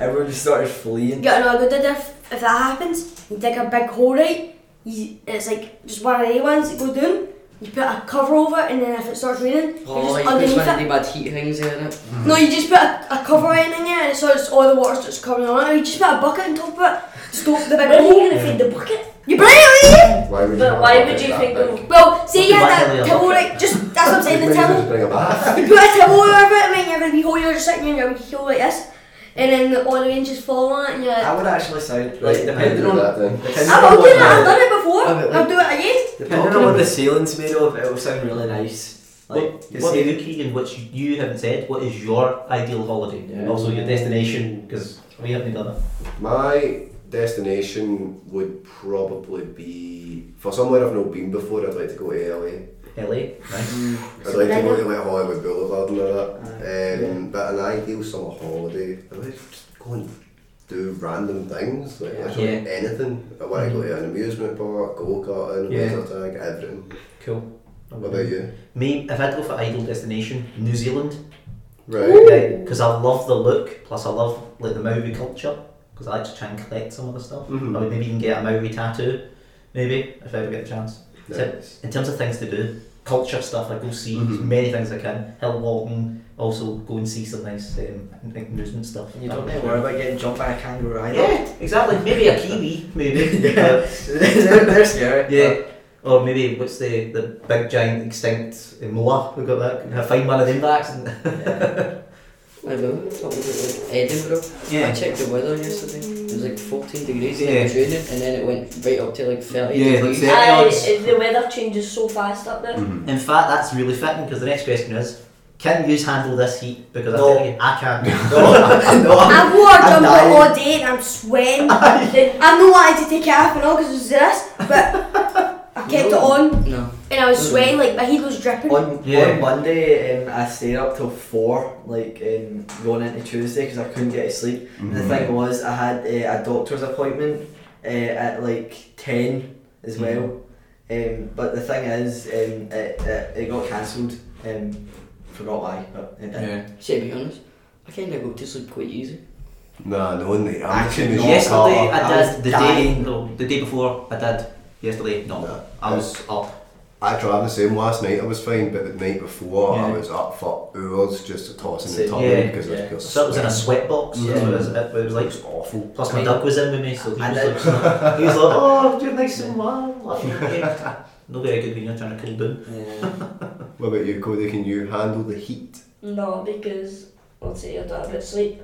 Speaker 9: Everyone just started fleeing.
Speaker 11: yeah, no, good idea. If, if that happens, you dig a big hole, right? You, it's like just one of the ones that go down. You put a cover over, it, and then if it starts raining,
Speaker 6: Oh,
Speaker 11: you're
Speaker 6: you put
Speaker 11: just
Speaker 6: one of
Speaker 11: underneath
Speaker 6: the
Speaker 11: it.
Speaker 6: bad heat things there, innit?
Speaker 11: No, you just put a, a cover in there, and so it's all the water starts coming on. it. You just put a bucket on top of it, stop the big
Speaker 8: where are
Speaker 11: hole.
Speaker 8: you gonna feed the bucket?
Speaker 11: You bring it in!
Speaker 1: Why would you?
Speaker 8: But
Speaker 1: have a
Speaker 8: why
Speaker 1: bucket
Speaker 8: would you
Speaker 1: that
Speaker 8: think
Speaker 1: big?
Speaker 8: of-
Speaker 11: Well, say you
Speaker 4: Put the
Speaker 11: had
Speaker 4: bucket in
Speaker 11: that
Speaker 4: the
Speaker 11: table, right? Just that's what I'm saying.
Speaker 1: Maybe
Speaker 11: The
Speaker 1: you
Speaker 11: table.
Speaker 1: just <laughs> bring a
Speaker 8: <laughs>
Speaker 1: bath.
Speaker 11: You put a towel over it, mate, and every wee hole you're just sitting in your wee hole like this, and then the, all the rain just fall on it, and you're like,
Speaker 9: I would actually sound
Speaker 1: Right,
Speaker 9: like
Speaker 1: I
Speaker 9: depending
Speaker 1: do
Speaker 9: on
Speaker 1: that then.
Speaker 9: depending on
Speaker 11: I've I'll do
Speaker 9: what
Speaker 11: it, I've
Speaker 9: the-
Speaker 11: done it before,
Speaker 9: Oh, but
Speaker 11: I'll do it again.
Speaker 9: Depending on what the ceiling's made of, it will sound really nice. Like,
Speaker 4: What,
Speaker 9: you
Speaker 4: what
Speaker 9: see-
Speaker 4: are you Keegan, which you haven't said, what is your ideal holiday?
Speaker 9: Yeah.
Speaker 4: Also your destination, because we haven't done it.
Speaker 1: My destination would probably be for somewhere I've not been before. I'd like to go to LA.
Speaker 4: LA, right?
Speaker 9: Mm.
Speaker 1: I'd like to go to like Hollywood Boulevard and all that. Um, But an ideal summer holiday, I would just go and do random things, like literally
Speaker 4: Yeah.
Speaker 1: anything. I want to go to an amusement park, go karting,
Speaker 4: Yeah.
Speaker 1: laser tag, everything.
Speaker 4: Cool.
Speaker 1: What about you?
Speaker 4: Me, if I'd go for ideal destination, New Zealand.
Speaker 1: Right.
Speaker 4: because I love the look, plus I love like the Maori culture, because I like to try and collect some of the stuff.
Speaker 9: Hmm.
Speaker 1: Mhm.
Speaker 4: I would maybe even get a Maori tattoo, maybe if I ever get the chance.
Speaker 1: Nice.
Speaker 4: In terms of things to do, culture stuff, I go see
Speaker 1: Mhm.
Speaker 4: many things I can. Hill walking, also go and see some nice um, amusement stuff.
Speaker 9: You don't need to worry about getting jumped by a kangaroo either.
Speaker 4: Yeah, exactly. Maybe a kiwi, maybe.
Speaker 9: Yeah. they're, they're
Speaker 4: But-
Speaker 9: scary.
Speaker 4: yeah. Or oh, maybe what's the, the big giant extinct moa? We got that. Can I find one of them by accident?
Speaker 6: <laughs>
Speaker 4: <laughs>
Speaker 6: I will. Something like Edinburgh. I checked the weather yesterday. It was like 14 degrees and it was raining, and then it went right up to like 30
Speaker 4: Yeah,
Speaker 6: degrees.
Speaker 4: like
Speaker 8: Aye,
Speaker 4: odds.
Speaker 8: it- the weather changes so fast up
Speaker 1: Mm.
Speaker 8: there.
Speaker 1: Mm-hmm.
Speaker 4: In fact, that's really fitting because the next question is, can you handle this heat? Because I
Speaker 9: No.
Speaker 4: tell you, I can't. <laughs>
Speaker 9: no, no.
Speaker 11: I've wore a
Speaker 9: I'm
Speaker 11: jumper
Speaker 9: dying.
Speaker 11: all day and I'm sweating. I'm not wanted to take it off and all because it was this, but I kept it
Speaker 6: No.
Speaker 11: on
Speaker 6: No.
Speaker 11: and I was sweating like my heat was dripping.
Speaker 9: On,
Speaker 4: Yeah.
Speaker 9: on Monday, um, I stayed up till four, like um, going into Tuesday, because I couldn't get to sleep. And
Speaker 1: Mm-hmm.
Speaker 9: the
Speaker 4: Mm-hmm.
Speaker 9: thing was, I had uh, a doctor's appointment uh, at like 10 as well. Um, but the thing is, um, it, it, it got cancelled. Um, forgot why, but it did.
Speaker 6: Should I be honest? I kind of go to sleep quite easy.
Speaker 1: Nah, no, no. I'm
Speaker 9: I
Speaker 1: just
Speaker 9: could
Speaker 1: gonna-
Speaker 9: not.
Speaker 4: yesterday
Speaker 9: Oh, I
Speaker 4: I
Speaker 9: was
Speaker 4: did. The day
Speaker 9: dying.
Speaker 4: no, the day before I did. Yesterday no,
Speaker 1: No.
Speaker 4: I was up.
Speaker 1: I tried the same last night. I was fine, but the night before I
Speaker 4: Yeah.
Speaker 1: was up for hours just tossing and
Speaker 9: Same.
Speaker 1: turning
Speaker 4: Yeah,
Speaker 1: because I
Speaker 9: yeah.
Speaker 1: was Mm-hmm.
Speaker 4: So it was in a
Speaker 1: sweating.
Speaker 4: sweat box.
Speaker 9: Mm-hmm.
Speaker 4: Yeah. It, was, it was
Speaker 1: It
Speaker 4: like.
Speaker 1: was awful.
Speaker 4: Plus my dog was in with me, so he
Speaker 9: I
Speaker 4: was
Speaker 9: did.
Speaker 4: like,
Speaker 9: <laughs>
Speaker 4: he was like, oh, you're nice and warm. like, okay." Not very good when you're trying to cool <laughs> down.
Speaker 9: Yeah.
Speaker 1: What about you, Cody? Can you handle the heat?
Speaker 8: No, because let's say you're talking about sleep.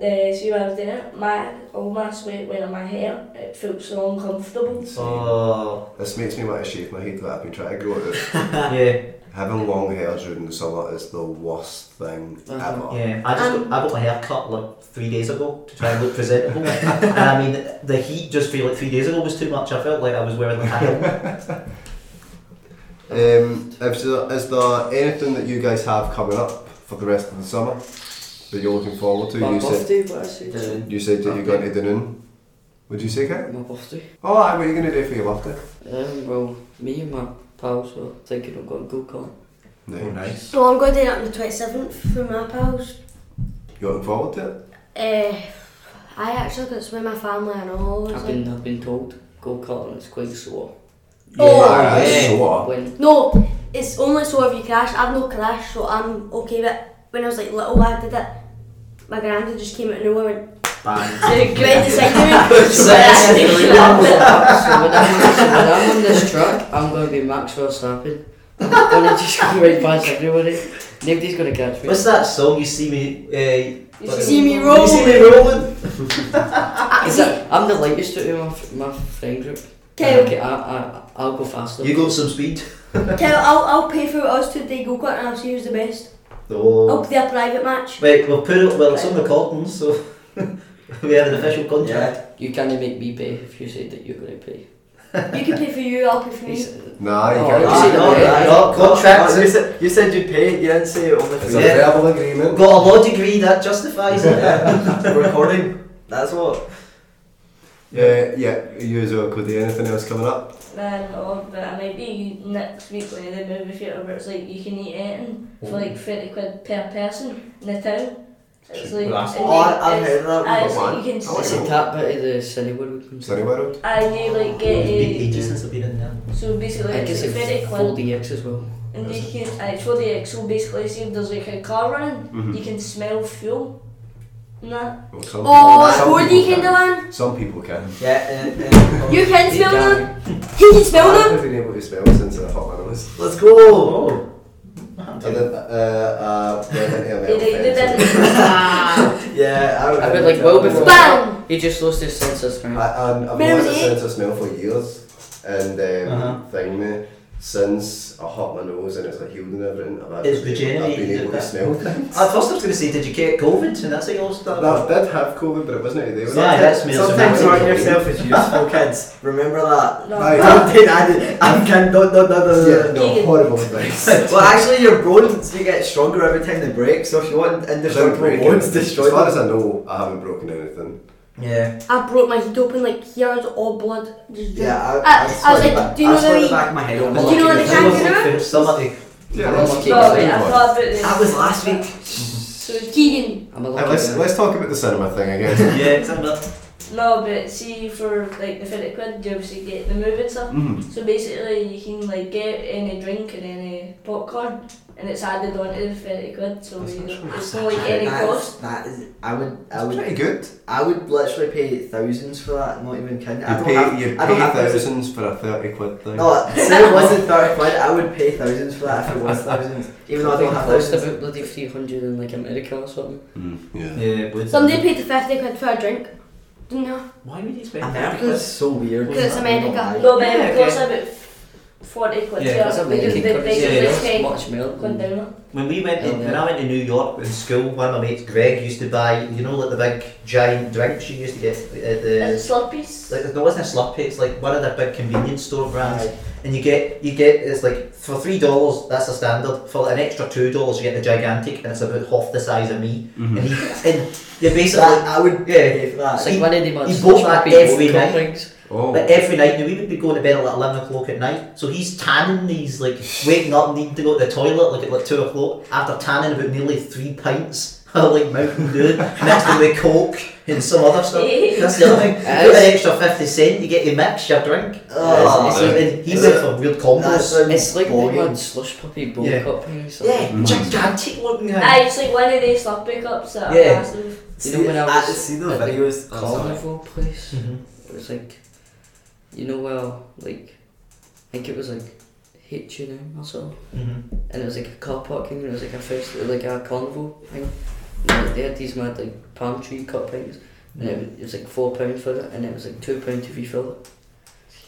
Speaker 8: Uh, see what I was doing? My all my sweat went on my hair. It felt so uncomfortable.
Speaker 4: Oh,
Speaker 1: This makes me want to shave my head that I've been trying to grow it.
Speaker 4: <laughs>
Speaker 1: out.
Speaker 4: yeah,
Speaker 1: Having long hair during the summer is the worst thing
Speaker 6: Uh-huh.
Speaker 1: ever.
Speaker 4: yeah. I just got, I got my hair cut like three days ago to try and look presentable, and I mean the heat just feel like three days ago was too much. I felt like I was wearing like a helmet.
Speaker 1: Um, is, there, is there anything that you guys have coming up for the rest of the summer that you're looking forward to?
Speaker 6: my
Speaker 1: You said,
Speaker 6: birthday, what I said.
Speaker 1: you said that you're going to Dunoon. Would you say, Kit?
Speaker 6: My birthday.
Speaker 1: Oh, aye, what are you going to do for your birthday?
Speaker 6: Um, well, me and my pals were thinking of going go kart.
Speaker 1: No.
Speaker 4: nice.
Speaker 11: So I'm going to do that on the 27th for my pals.
Speaker 1: You looking forward to it?
Speaker 11: Uh, I actually got it's with my family and all. It's
Speaker 6: I've
Speaker 11: like,
Speaker 6: been, I've been told go karting is quite sore.
Speaker 11: Oh,
Speaker 1: Aye, that's
Speaker 6: Yeah.
Speaker 1: sore.
Speaker 6: When
Speaker 11: no, it's only so if you crash. I've no crash, so I'm okay. But when I was like little, I did it. My granddad just came out of nowhere and went,
Speaker 4: Bang.
Speaker 8: Great design.
Speaker 6: So that's the deal. I'm gonna- so when I'm on- so when I'm on this truck, I'm going to be Maxwell Stapping. I'm going to just go right past everybody. Nobody's going to catch me.
Speaker 4: What's that song? You see me. Uh,
Speaker 8: You
Speaker 4: what-
Speaker 8: see me
Speaker 4: You see me rolling.
Speaker 6: Is that, I'm the lightest out of my, f- my friend group.
Speaker 11: Kel,
Speaker 6: Okay, I, I, I'll go faster.
Speaker 4: You got some speed.
Speaker 11: Kel, I'll, I'll pay for us to the go kart and I'll see who's the best.
Speaker 4: Oh.
Speaker 11: I'll play a private match.
Speaker 4: Right, we'll put it. Well, it's on recording, so <laughs> we have an official contract.
Speaker 6: You can't make me pay if you said that you're going to pay.
Speaker 11: You can pay for you, I'll pay for me.
Speaker 1: Nah, you
Speaker 6: Oh,
Speaker 1: can't.
Speaker 6: you
Speaker 9: Ah,
Speaker 1: It's
Speaker 6: see-
Speaker 4: no, no, no, contracts.
Speaker 9: You said, you said you'd pay it, you didn't say it on the
Speaker 1: a
Speaker 9: phone.
Speaker 4: Yeah.
Speaker 1: verbal
Speaker 4: We've
Speaker 1: agreement.
Speaker 4: got a law degree that justifies
Speaker 9: <laughs>
Speaker 4: it. <laughs>
Speaker 9: Recording. That's what.
Speaker 1: Yeah, yeah. You as well, Cody. Anything else coming up?
Speaker 8: Man, oh, but I might be next week when the movie theatre where it's like you can eat anything for like 30 quid per person in the town. It's like,
Speaker 4: That's-
Speaker 8: and
Speaker 9: Oh,
Speaker 8: then
Speaker 9: I, I've
Speaker 8: it's-
Speaker 9: heard that
Speaker 8: I
Speaker 9: one.
Speaker 8: was like, you can
Speaker 1: I
Speaker 6: It's
Speaker 1: like
Speaker 8: sit
Speaker 6: a tap bit of the cinema.
Speaker 1: Sunny World.
Speaker 8: and you
Speaker 4: It's
Speaker 8: like
Speaker 4: been
Speaker 8: get
Speaker 4: ages since I've been in there.
Speaker 8: a, so basically
Speaker 6: I
Speaker 8: it's
Speaker 6: guess
Speaker 8: like
Speaker 6: it's
Speaker 8: 30 quid
Speaker 6: 4DX as well.
Speaker 8: and you can, and it's for the so basically see if there's like a car running, you can smell fuel and that.
Speaker 1: Mm-hmm. Well, some
Speaker 11: Oh,
Speaker 1: people- some
Speaker 11: Cody
Speaker 1: people
Speaker 11: can do one.
Speaker 1: Some people can.
Speaker 9: Yeah, and, and
Speaker 11: You can smell them.
Speaker 9: them.
Speaker 11: He can smell
Speaker 1: <laughs>
Speaker 11: them.
Speaker 1: I've been able to spell since I thought my nose.
Speaker 9: Let's
Speaker 1: Oh.
Speaker 9: go.
Speaker 1: And then, uh, uh, went into a
Speaker 8: They,
Speaker 1: metal
Speaker 8: they, they
Speaker 1: fence.
Speaker 8: didn't.
Speaker 9: Ah. Yeah, I would.
Speaker 6: I would like well before.
Speaker 11: Bam!
Speaker 6: <laughs> He just lost his sense of smell.
Speaker 1: I, and I've
Speaker 11: Mary
Speaker 1: wanted a
Speaker 11: Jane.
Speaker 1: sense of smell for years, and um,
Speaker 4: Uh-huh.
Speaker 1: thing me since I hurt my nose and it's like healed and everything. I've, actually-
Speaker 4: It's
Speaker 1: I've
Speaker 4: regenerated,
Speaker 1: been able to
Speaker 4: isn't it?
Speaker 1: smell things.
Speaker 4: At first I was going to say, did you get COVID? And that's how you all started.
Speaker 1: Now, I did have COVID, but it wasn't today. Was
Speaker 4: Yeah,
Speaker 1: it?
Speaker 4: that smells
Speaker 9: Sometimes
Speaker 1: amazing.
Speaker 9: hurting yourself is useful, kids. Remember
Speaker 1: <laughs>
Speaker 9: that.
Speaker 8: No.
Speaker 1: Aye.
Speaker 9: I'm kidding, <laughs> I did. I'm kidding. No, no, no, no, no.
Speaker 1: Yeah, no,
Speaker 8: Vegan.
Speaker 1: horrible advice.
Speaker 9: Well, actually, your bones you get stronger every time they break. So if you want indestructible bones,
Speaker 1: As
Speaker 9: destroy
Speaker 1: far as I
Speaker 9: them.
Speaker 1: know, I haven't broken anything.
Speaker 4: Yeah.
Speaker 11: I broke my head open like here's all blood. Just
Speaker 9: Yeah, I,
Speaker 11: Uh, I- I was
Speaker 9: swear
Speaker 11: like,
Speaker 9: the back-
Speaker 11: do you
Speaker 9: I
Speaker 11: know
Speaker 9: swear
Speaker 11: the-
Speaker 9: the back of my head.
Speaker 6: Do
Speaker 11: Do you know what the
Speaker 4: Some of
Speaker 11: kangaroo?
Speaker 4: them- Some of them-
Speaker 1: Yeah,
Speaker 6: I'm
Speaker 1: let's,
Speaker 6: lucky.
Speaker 8: Sorry, I thought about this.
Speaker 9: That was last week.
Speaker 8: So
Speaker 11: Keegan.
Speaker 6: I'm a
Speaker 1: Hey,
Speaker 6: lucky
Speaker 1: let's,
Speaker 6: man.
Speaker 1: let's talk about the cinema thing again.
Speaker 4: <laughs> Yeah, some of them.
Speaker 8: No, but see, for like the 30 quid, you obviously get the movie and stuff.
Speaker 1: Mhm.
Speaker 8: So basically, you can like get any drink and any popcorn, and it's added onto the 30 quid, so
Speaker 1: That's
Speaker 8: you
Speaker 1: not
Speaker 8: know,
Speaker 1: true.
Speaker 8: it's not like any
Speaker 9: That's-
Speaker 8: cost.
Speaker 9: That is, I would, I
Speaker 1: It's pretty
Speaker 9: would,
Speaker 1: good.
Speaker 9: I would literally pay thousands for that. Not even kidding. I
Speaker 1: You
Speaker 9: don't
Speaker 1: pay,
Speaker 9: have,
Speaker 1: you
Speaker 9: I
Speaker 1: pay
Speaker 9: don't have
Speaker 1: thousands for a 30 quid thing.
Speaker 9: No, say
Speaker 6: <laughs>
Speaker 9: it wasn't thirty quid. I would pay thousands for that if it was thousands, even though I don't have
Speaker 6: lost
Speaker 9: thousands.
Speaker 6: about bloody 300 in like America or something.
Speaker 1: Mm, yeah.
Speaker 4: Yeah, it would.
Speaker 11: Somebody paid the 50 quid for a drink. Didn't they?
Speaker 4: Why would you spend
Speaker 9: America's so weird.
Speaker 11: Because it's America.
Speaker 8: No, but
Speaker 4: Yeah,
Speaker 8: it costs about 40 quid
Speaker 4: Yeah,
Speaker 8: here,
Speaker 6: That's
Speaker 8: because
Speaker 6: American
Speaker 8: they
Speaker 6: currency.
Speaker 8: basically
Speaker 4: yeah.
Speaker 8: pay
Speaker 6: much milk.
Speaker 8: quid
Speaker 6: and-
Speaker 8: down.
Speaker 4: When we went, to,
Speaker 6: Oh, yeah.
Speaker 4: when I went to New York in school, one of my mates, Greg, used to buy, you know, like the big giant drinks you used to get at the.
Speaker 8: And slurpees.
Speaker 4: like no, it wasn't a Slurpee. It's like one of the big convenience store brands, and you get you get it's like for three dollars that's the standard. For an extra two dollars, you get the gigantic, and it's about half the size of me. And, he, and you basically
Speaker 9: That, I would
Speaker 4: yeah.
Speaker 9: pay for that.
Speaker 6: It's like one of them
Speaker 4: he
Speaker 6: much
Speaker 4: bought that every night.
Speaker 1: Oh,
Speaker 4: Like every night, now we would be going to bed at like eleven o'clock at night. So he's tanning these like waking up, needing to go to the toilet like at like two o'clock after tanning about nearly three pints <laughs> of like Mountain Dew mixed with Coke and some other
Speaker 8: <laughs>
Speaker 4: stuff. That's the other thing. You put an extra fifty cent, you get to mix your drink.
Speaker 9: Oh,
Speaker 4: So then he went for weird
Speaker 9: that
Speaker 4: combos.
Speaker 9: sounds
Speaker 6: It's like the
Speaker 9: bogging.
Speaker 6: mud slush puppy bowl
Speaker 4: Yeah.
Speaker 6: cup thing. so-
Speaker 4: Yeah,
Speaker 1: Hmm.
Speaker 4: gigantic looking guy.
Speaker 8: Aye, it's like one of these slurpee cups that
Speaker 4: Yeah.
Speaker 8: are massive.
Speaker 6: You know when I was
Speaker 9: see the
Speaker 6: at the
Speaker 9: videos. oh, sorry.
Speaker 6: carnival place.
Speaker 4: Mhm.
Speaker 6: It was like, you know, well, like, I think it was like H and M or something,
Speaker 4: Mhm.
Speaker 6: and it was like a car parking, and it was like a first, like a carnival thing. And like, they had these mad like palm tree cup things, and it, was, it was like four pound for it, and it was like two pound to refill it.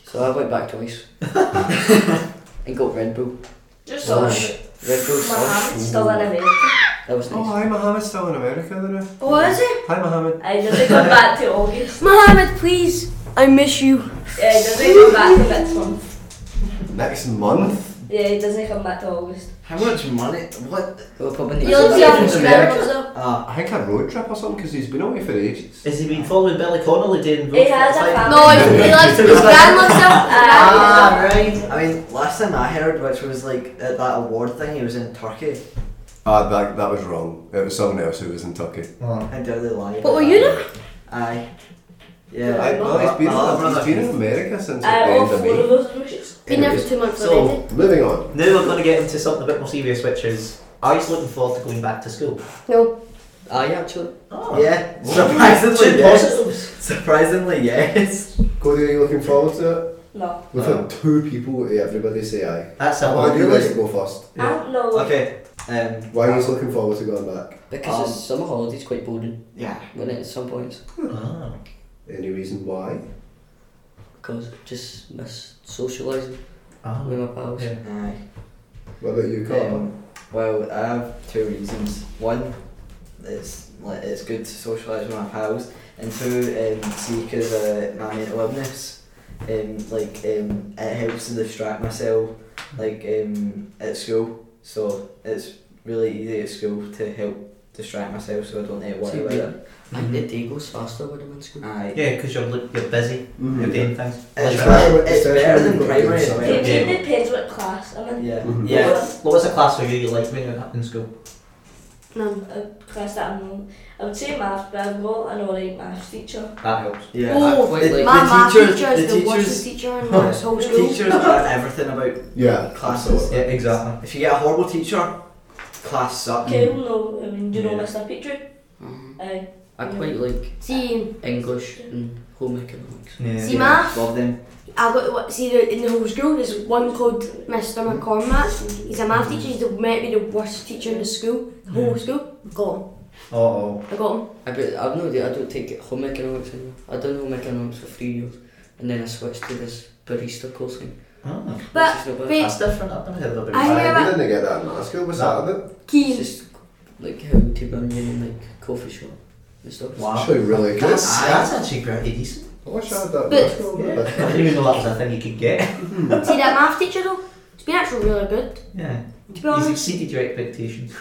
Speaker 6: So I went back twice <laughs> and got Red Bull.
Speaker 8: Just
Speaker 6: Oh,
Speaker 8: sort of.
Speaker 6: sh- Red Bull
Speaker 8: My <laughs>
Speaker 6: slush.
Speaker 8: hand's still in America.
Speaker 6: That was
Speaker 1: oh
Speaker 6: nice.
Speaker 1: hi, Mohammed's still in America, then.
Speaker 11: Oh, is it?
Speaker 1: Hi, Mohammed.
Speaker 8: Aye, does it come back to August?
Speaker 11: Mohammed, please. I miss you.
Speaker 8: Yeah, it doesn't come back to next month.
Speaker 1: Next month?
Speaker 8: Yeah, it doesn't come back to August.
Speaker 9: How much money? What?
Speaker 6: Well, probably needs
Speaker 11: You'll
Speaker 6: to-
Speaker 11: see how
Speaker 9: in
Speaker 11: much
Speaker 9: America.
Speaker 11: Grandma's up.
Speaker 9: Ah,
Speaker 1: I think a road trip or something, because he's been away for ages.
Speaker 4: Has he been following Billy Connolly doing?
Speaker 8: He has a family.
Speaker 11: No, he he
Speaker 4: <laughs>
Speaker 11: likes his grandma's
Speaker 8: Aye.
Speaker 11: up.
Speaker 4: Ah right.
Speaker 9: I mean, last time I heard, which was like at that award thing, he was in Turkey.
Speaker 1: Ah, that, that was wrong. It was someone else who was in Turkey.
Speaker 9: I dare they lie.
Speaker 11: What were you doing?
Speaker 9: Aye. Yeah.
Speaker 1: I, well, he's been,
Speaker 9: My little
Speaker 1: he's
Speaker 9: brother.
Speaker 1: been in America since
Speaker 8: Aye,
Speaker 1: the
Speaker 8: all
Speaker 1: end of
Speaker 8: four of
Speaker 1: May.
Speaker 8: those wishes.
Speaker 11: Been there for two months
Speaker 4: So-
Speaker 11: already.
Speaker 1: Moving on.
Speaker 4: Now we're going to get into something a bit more serious, which is are you looking forward to going back to school?
Speaker 11: No.
Speaker 6: Aye, actually.
Speaker 4: Oh.
Speaker 9: Yeah,
Speaker 4: Two
Speaker 9: surprisingly, yes.
Speaker 4: positives.
Speaker 9: Surprisingly, yes.
Speaker 1: Cody, are you looking forward to it?
Speaker 8: No.
Speaker 1: We've
Speaker 9: Um,
Speaker 1: had two people, everybody say aye.
Speaker 4: That's
Speaker 1: I
Speaker 4: a
Speaker 1: want
Speaker 4: one.
Speaker 1: you guys to go first.
Speaker 8: I don't know.
Speaker 9: Okay. Um,
Speaker 1: Why are you looking forward to going back?
Speaker 6: Because the summer holiday's quite boring,
Speaker 9: yeah.
Speaker 6: when it at some points.
Speaker 4: Ah.
Speaker 1: Any reason why?
Speaker 6: Because I just miss socialising
Speaker 4: Ah.
Speaker 6: with my pals.
Speaker 4: Yeah.
Speaker 9: Aye.
Speaker 1: What about you, Carl?
Speaker 9: Um, well, I have two reasons. One, it's like it's good to socialise with my pals, and two, um, see, because uh, my mental illness, um, like um, it helps to distract myself, like um, at school. So it's really easy at school to help distract myself, so I don't need to worry
Speaker 6: See,
Speaker 9: about
Speaker 6: we-
Speaker 9: it.
Speaker 6: And
Speaker 4: Mm-hmm.
Speaker 6: the day goes faster when I'm in school.
Speaker 9: Aye.
Speaker 4: Yeah, because you're, li- you're busy,
Speaker 1: Mhm.
Speaker 4: you're doing things.
Speaker 9: It's
Speaker 1: Like
Speaker 9: better,
Speaker 1: that.
Speaker 9: it's better than primary as
Speaker 8: It,
Speaker 9: well.
Speaker 4: Yeah.
Speaker 8: it depends what class I'm in.
Speaker 9: Yeah.
Speaker 1: Mhm.
Speaker 9: Yeah.
Speaker 4: Mm-hmm. What was the class for you you liked when you were in school?
Speaker 11: None.
Speaker 8: A class that I'm in. I would say maths, but I've got an alright maths teacher.
Speaker 4: That helps.
Speaker 9: Yeah.
Speaker 6: Oh,
Speaker 9: I-
Speaker 6: quite
Speaker 9: the,
Speaker 6: like-
Speaker 11: My math
Speaker 9: the teachers,
Speaker 11: teacher is the,
Speaker 9: the
Speaker 11: worst
Speaker 9: teachers,
Speaker 11: teacher in my whole
Speaker 9: the
Speaker 11: school.
Speaker 9: teachers learn everything about
Speaker 1: Yeah.
Speaker 9: classes.
Speaker 4: Yeah, exactly.
Speaker 9: If you get a horrible teacher, class sucks.
Speaker 8: Okay, well, no, I mean, do you know
Speaker 9: Yeah.
Speaker 8: Mr. Petrie?
Speaker 6: Mhm.
Speaker 11: Eh,
Speaker 8: Uh,
Speaker 6: I quite like
Speaker 11: See,
Speaker 6: English and home economics.
Speaker 9: Yeah.
Speaker 11: See, math?
Speaker 9: Love them.
Speaker 11: I got to wa- see the, in the whole school. There's one called Mr. McCormack. He's a math teacher. He's the, might be the worst teacher in the school, the whole school. Got him.
Speaker 4: Oh,
Speaker 11: I got him.
Speaker 6: I but I've no idea. I don't take home economics anymore. I done home economics for three years, and then I switched to this barista course thing.
Speaker 4: oh.
Speaker 11: But
Speaker 6: which is not bad.
Speaker 11: wait,
Speaker 4: That's different. I've never heard of it.
Speaker 11: I
Speaker 1: Aye,
Speaker 11: remember-
Speaker 1: we didn't get that in our school. What's that about?
Speaker 6: it's <laughs>
Speaker 11: Keen.
Speaker 6: just like how to run your own like coffee shop and stuff.
Speaker 4: Wow.
Speaker 1: Actually, really good.
Speaker 4: That's,
Speaker 1: I
Speaker 4: that's actually pretty decent.
Speaker 1: wish I had that in
Speaker 11: But-
Speaker 1: our school.
Speaker 4: I didn't even know that was a thing you could get.
Speaker 11: See that math teacher though? He's been actually really good.
Speaker 4: Yeah.
Speaker 11: To be
Speaker 4: He's
Speaker 11: honest.
Speaker 4: exceeded your expectations.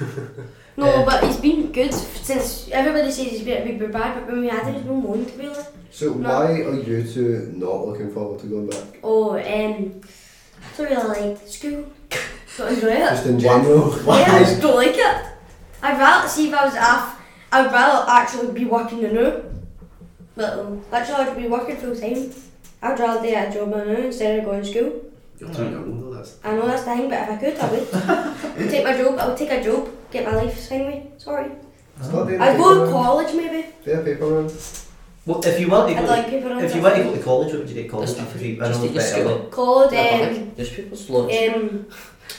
Speaker 11: No, but he's been good since everybody says he's been a big bad, but when we had him, he's been one to be like.
Speaker 1: So why are you two not looking forward to going back?
Speaker 11: Oh, um, so really like school. Don't enjoy it.
Speaker 1: Just in general.
Speaker 11: Yeah, I just don't like it. I'd rather see if I was off. I'd rather actually be working than now. But um, literally, I'd be working full time. I'd rather do a job now instead of going to school.
Speaker 1: You're too young though, that's.
Speaker 11: I know that's the thing, but if I could, I would. take my job. I would take a job. Get my life swinging. Sorry.
Speaker 1: Stop doing
Speaker 11: I'd go to
Speaker 1: paper round.
Speaker 11: college maybe.
Speaker 1: Do a paper round.
Speaker 4: Well, if you want to
Speaker 11: I'd
Speaker 4: go,
Speaker 11: like people.
Speaker 4: if you want to go to college, what would you get college
Speaker 6: Just-
Speaker 4: for? You, I
Speaker 6: just
Speaker 4: know
Speaker 6: at your
Speaker 4: better
Speaker 6: school.
Speaker 4: about-
Speaker 11: called
Speaker 6: Yeah,
Speaker 11: um,
Speaker 6: There's people's lots.
Speaker 11: um,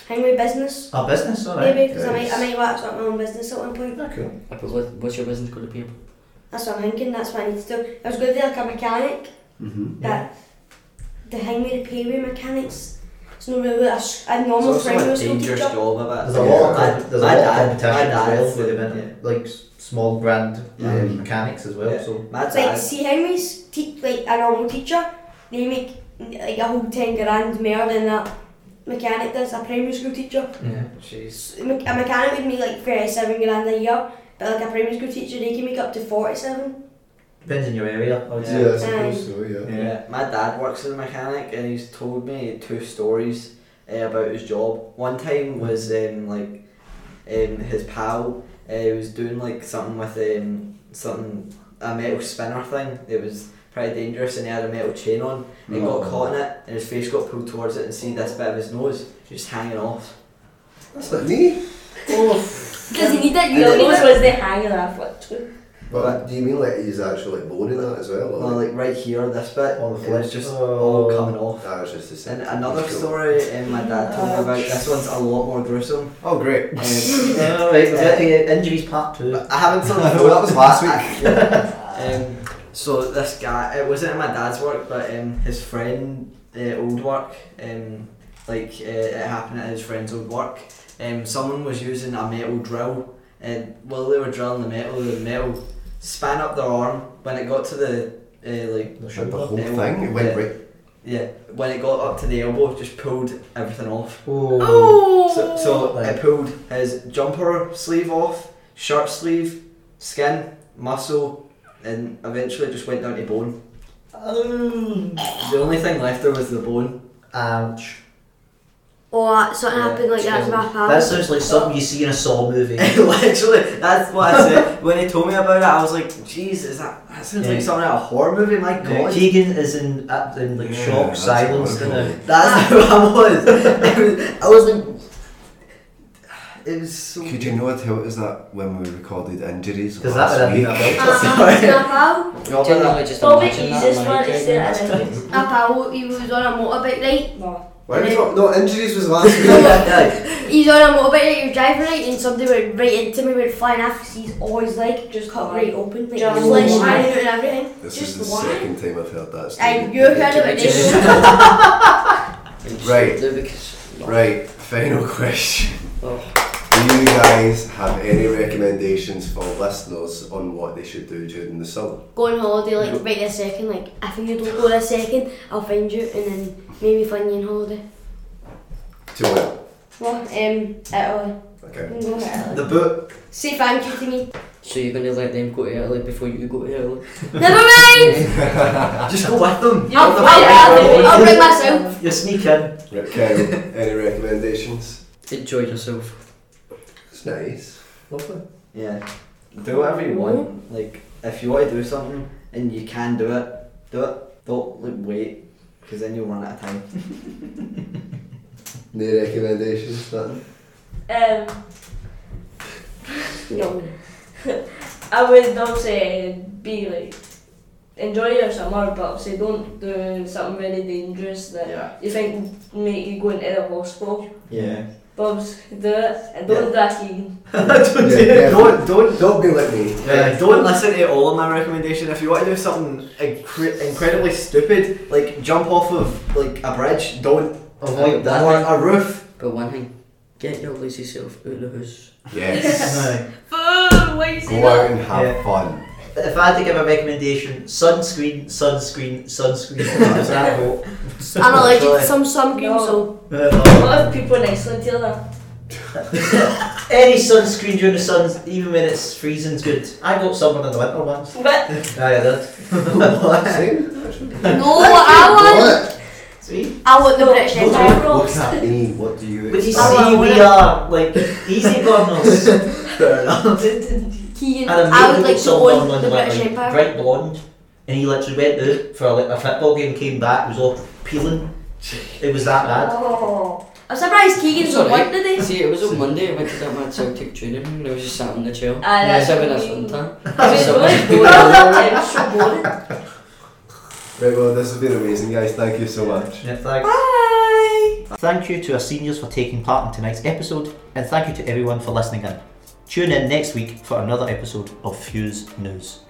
Speaker 11: Hangway Business,
Speaker 4: A business, alright.
Speaker 11: maybe, because I
Speaker 1: Nice.
Speaker 11: might, I might want to start my own business at one point.
Speaker 4: Ah, cool.
Speaker 6: I put what, what's your business going to be? about?
Speaker 11: That's what I'm thinking, that's what I need to do. I was going to be like a mechanic,
Speaker 1: Mm-hmm.
Speaker 11: but the Hangway Repairway Mechanics, it's not really a, s- a normal
Speaker 9: It's also
Speaker 11: primary
Speaker 9: a
Speaker 11: school
Speaker 9: dangerous
Speaker 11: teacher.
Speaker 9: job of it.
Speaker 4: There's a lot. Of,
Speaker 1: Yeah.
Speaker 4: com- there's a
Speaker 9: My
Speaker 4: lot of
Speaker 9: dad-
Speaker 4: competition
Speaker 9: my
Speaker 4: as well
Speaker 9: dad's-
Speaker 4: with the
Speaker 9: yeah.
Speaker 4: minute, like s- small brand
Speaker 1: Yeah.
Speaker 4: um, mechanics as well.
Speaker 9: Yeah.
Speaker 4: So
Speaker 9: My
Speaker 11: Like,
Speaker 9: dad.
Speaker 11: see Hangway's, te- like a normal teacher, they make like a whole 10 grand more than that mechanic does, a primary school teacher.
Speaker 9: Yeah. Jeez.
Speaker 11: S- A mech- a mechanic would make like 37 grand a year, but like a primary school teacher, they can make up to 47.
Speaker 4: depends on your area. I would
Speaker 9: Yeah.
Speaker 4: say.
Speaker 1: Yeah, I suppose so, yeah.
Speaker 9: Yeah. My dad works as a mechanic, and he's told me two stories uh, about his job. One time was um, like um, his pal uh, was doing like something with um, something a metal spinner thing. It was pretty dangerous, and he had a metal chain on. And he got
Speaker 1: Oh.
Speaker 9: caught in it, and his face got pulled towards it, and see this bit of his nose just hanging off.
Speaker 1: That's like me.
Speaker 11: Does he need it? You
Speaker 9: And
Speaker 8: Your
Speaker 11: don't
Speaker 9: then-
Speaker 11: need it.
Speaker 8: nose was the hanging off like two.
Speaker 1: But do you mean like he's actually boring that as well?
Speaker 9: Well, like right here, this bit,
Speaker 4: On the
Speaker 9: it
Speaker 4: flesh.
Speaker 9: was just all
Speaker 4: Oh.
Speaker 9: coming off.
Speaker 1: that was just the same.
Speaker 9: And another story um, my dad told me about, this one's a lot more gruesome.
Speaker 1: Oh, great.
Speaker 9: Um,
Speaker 4: Alright, we're getting to injuries part two.
Speaker 9: I
Speaker 1: <laughs>
Speaker 9: haven't told
Speaker 1: No, that was last week.
Speaker 9: <laughs> um, so this guy, it wasn't in my dad's work, but um, his friend, uh, old work, um, like uh, it happened at his friend's old work. Um, someone was using a metal drill, and while they were drilling the metal, the metal span up their arm. When it got to the uh,
Speaker 4: The
Speaker 9: like
Speaker 1: And the
Speaker 4: shoulder.
Speaker 1: whole thing, it went right.
Speaker 9: yeah, when it got up to the elbow, just pulled everything off.
Speaker 4: Oh.
Speaker 9: So, so I
Speaker 4: Right.
Speaker 9: pulled his jumper sleeve off, shirt sleeve, skin, muscle, and eventually it just went down to bone.
Speaker 4: Um,
Speaker 9: The only thing left there was the bone. <laughs>
Speaker 4: Ouch.
Speaker 11: Oh, that something
Speaker 9: Yeah,
Speaker 11: happened like that to my pal.
Speaker 4: That sounds like something you see in a Saw
Speaker 9: <laughs>
Speaker 4: movie.
Speaker 9: Literally, that's what
Speaker 4: <laughs>
Speaker 9: I said. when he told me about it, I was like, "Jeez, is that that sounds
Speaker 4: Yeah.
Speaker 9: like something out of a horror movie?" My God,
Speaker 4: Keegan is in, uh, in like
Speaker 1: Yeah,
Speaker 4: shock
Speaker 1: that's
Speaker 4: silence <laughs>
Speaker 1: horrible.
Speaker 9: <laughs>
Speaker 4: now.
Speaker 9: that's how I was. It was- I was like, <sighs> it was so.
Speaker 1: Could you know what how is that when we recorded injuries?
Speaker 4: Because that
Speaker 1: last
Speaker 4: would have been
Speaker 1: week?
Speaker 4: a belter.
Speaker 11: Snapal,
Speaker 9: No, but that-
Speaker 6: Generally just
Speaker 11: Oh,
Speaker 8: Probably
Speaker 6: imagine that.
Speaker 8: easiest
Speaker 6: in my
Speaker 8: one is
Speaker 6: head
Speaker 8: that
Speaker 6: right
Speaker 8: I
Speaker 6: now.
Speaker 8: didn't.
Speaker 11: Snapal, he was on a motorbike, right?
Speaker 8: No.
Speaker 1: Why are we talking? No, injuries was last week.
Speaker 6: Yeah,
Speaker 11: He was on a motorbike, right? He was driving, right? And somebody went right into me, went flying off because he's always like just cut right open, like
Speaker 8: Just
Speaker 11: just like
Speaker 8: one.
Speaker 11: shining out and everything.
Speaker 1: This
Speaker 11: Just
Speaker 1: is the
Speaker 11: one.
Speaker 1: second time I've heard that. story.
Speaker 11: And you heard about this.
Speaker 6: <laughs> just
Speaker 1: Right.
Speaker 6: do because-
Speaker 1: Right, final <laughs> question.
Speaker 6: Oh.
Speaker 1: Do you guys have any recommendations for listeners on what they should do during the summer?
Speaker 11: go on holiday like right this second, like if you don't go this second, I'll find you and then maybe find you on holiday.
Speaker 1: To what?
Speaker 11: Well, um, oh, Italy.
Speaker 1: Okay.
Speaker 11: I'm going to Italy.
Speaker 1: The book.
Speaker 11: Say thank you to me.
Speaker 6: So you're gonna let them go to Italy before you go to Italy?
Speaker 11: Never mind!
Speaker 9: Just go with them.
Speaker 11: I'll, I'll, I'll, I'll bring myself.
Speaker 4: You sneak in.
Speaker 1: Right,
Speaker 4: <laughs>
Speaker 1: Kyle, any recommendations?
Speaker 6: Enjoy yourself.
Speaker 1: It's nice.
Speaker 4: Lovely.
Speaker 9: Yeah. Do whatever you want. Like, if you want to do something and you can do it, do it. Don't like, wait, because then you'll run out of time.
Speaker 1: Any recommendations? Nothing?
Speaker 8: Um, no. I would obviously be like, enjoy your summer, but obviously don't do something very dangerous that
Speaker 9: Yeah.
Speaker 8: you think will make you go into the hospital.
Speaker 9: Yeah.
Speaker 8: Bob's do it and don't drink in.
Speaker 4: don't do
Speaker 1: Yeah,
Speaker 4: it.
Speaker 1: don't, don't, don't be like me.
Speaker 9: Yeah, don't listen to all of my recommendations. If you want to do something incre- incredibly stupid, like jump off of like a bridge, don't
Speaker 4: Oh,
Speaker 6: Avoid that.
Speaker 9: or a roof.
Speaker 6: But one thing, get your lazy self out of the house.
Speaker 4: <laughs>
Speaker 1: Yes.
Speaker 4: Aye.
Speaker 11: Boom! Why you say
Speaker 1: Go out
Speaker 11: that?
Speaker 1: and have
Speaker 4: Yeah.
Speaker 1: fun.
Speaker 4: If I had to give a recommendation, sunscreen, sunscreen, sunscreen. That's that vote.
Speaker 11: I'm allergic
Speaker 4: Actually.
Speaker 11: to some sunscreen,
Speaker 8: No.
Speaker 11: so
Speaker 4: Uh,
Speaker 8: What if people next to each other?
Speaker 4: <laughs> Any sunscreen during the sun, even when it's freezing's good. I got sunburned in the winter
Speaker 8: <laughs>
Speaker 4: once.
Speaker 8: But
Speaker 4: Aye, I did.
Speaker 1: Same.
Speaker 11: no, I want,
Speaker 4: <laughs> See?
Speaker 11: I want the British
Speaker 4: No,
Speaker 11: Empire.
Speaker 1: Look at me. What do you?
Speaker 4: But you
Speaker 1: expect?
Speaker 4: see, we are like easy burners.
Speaker 9: Fair enough.
Speaker 11: Keegan,
Speaker 4: had a
Speaker 11: I
Speaker 4: mate who
Speaker 11: would like
Speaker 4: like
Speaker 11: to
Speaker 4: sunburned
Speaker 11: own
Speaker 4: on
Speaker 11: the
Speaker 4: the like,
Speaker 11: British
Speaker 4: like
Speaker 11: Empire.
Speaker 4: bright blonde, and he literally went out for like a football game, came back, was all peeling. It was that bad.
Speaker 8: oh,
Speaker 11: I'm surprised Keegan's
Speaker 6: It's
Speaker 11: not
Speaker 6: alright.
Speaker 11: work today.
Speaker 6: See, it was on Monday I went to that mad Celtic training and I was just sat in the chair.
Speaker 8: Aye,
Speaker 6: I was
Speaker 8: Ah, that's
Speaker 6: having a
Speaker 8: what I mean.
Speaker 6: fun
Speaker 8: <laughs>
Speaker 6: time.
Speaker 8: it's
Speaker 6: So-
Speaker 8: really boring. It's
Speaker 11: <laughs>
Speaker 8: so boring.
Speaker 1: Right. Well, this has been amazing, guys. Thank you so much.
Speaker 4: Yeah, thanks. Thank you to our seniors for taking part in tonight's episode, and thank you to everyone for listening in. Tune in next week for another episode of Fuse News.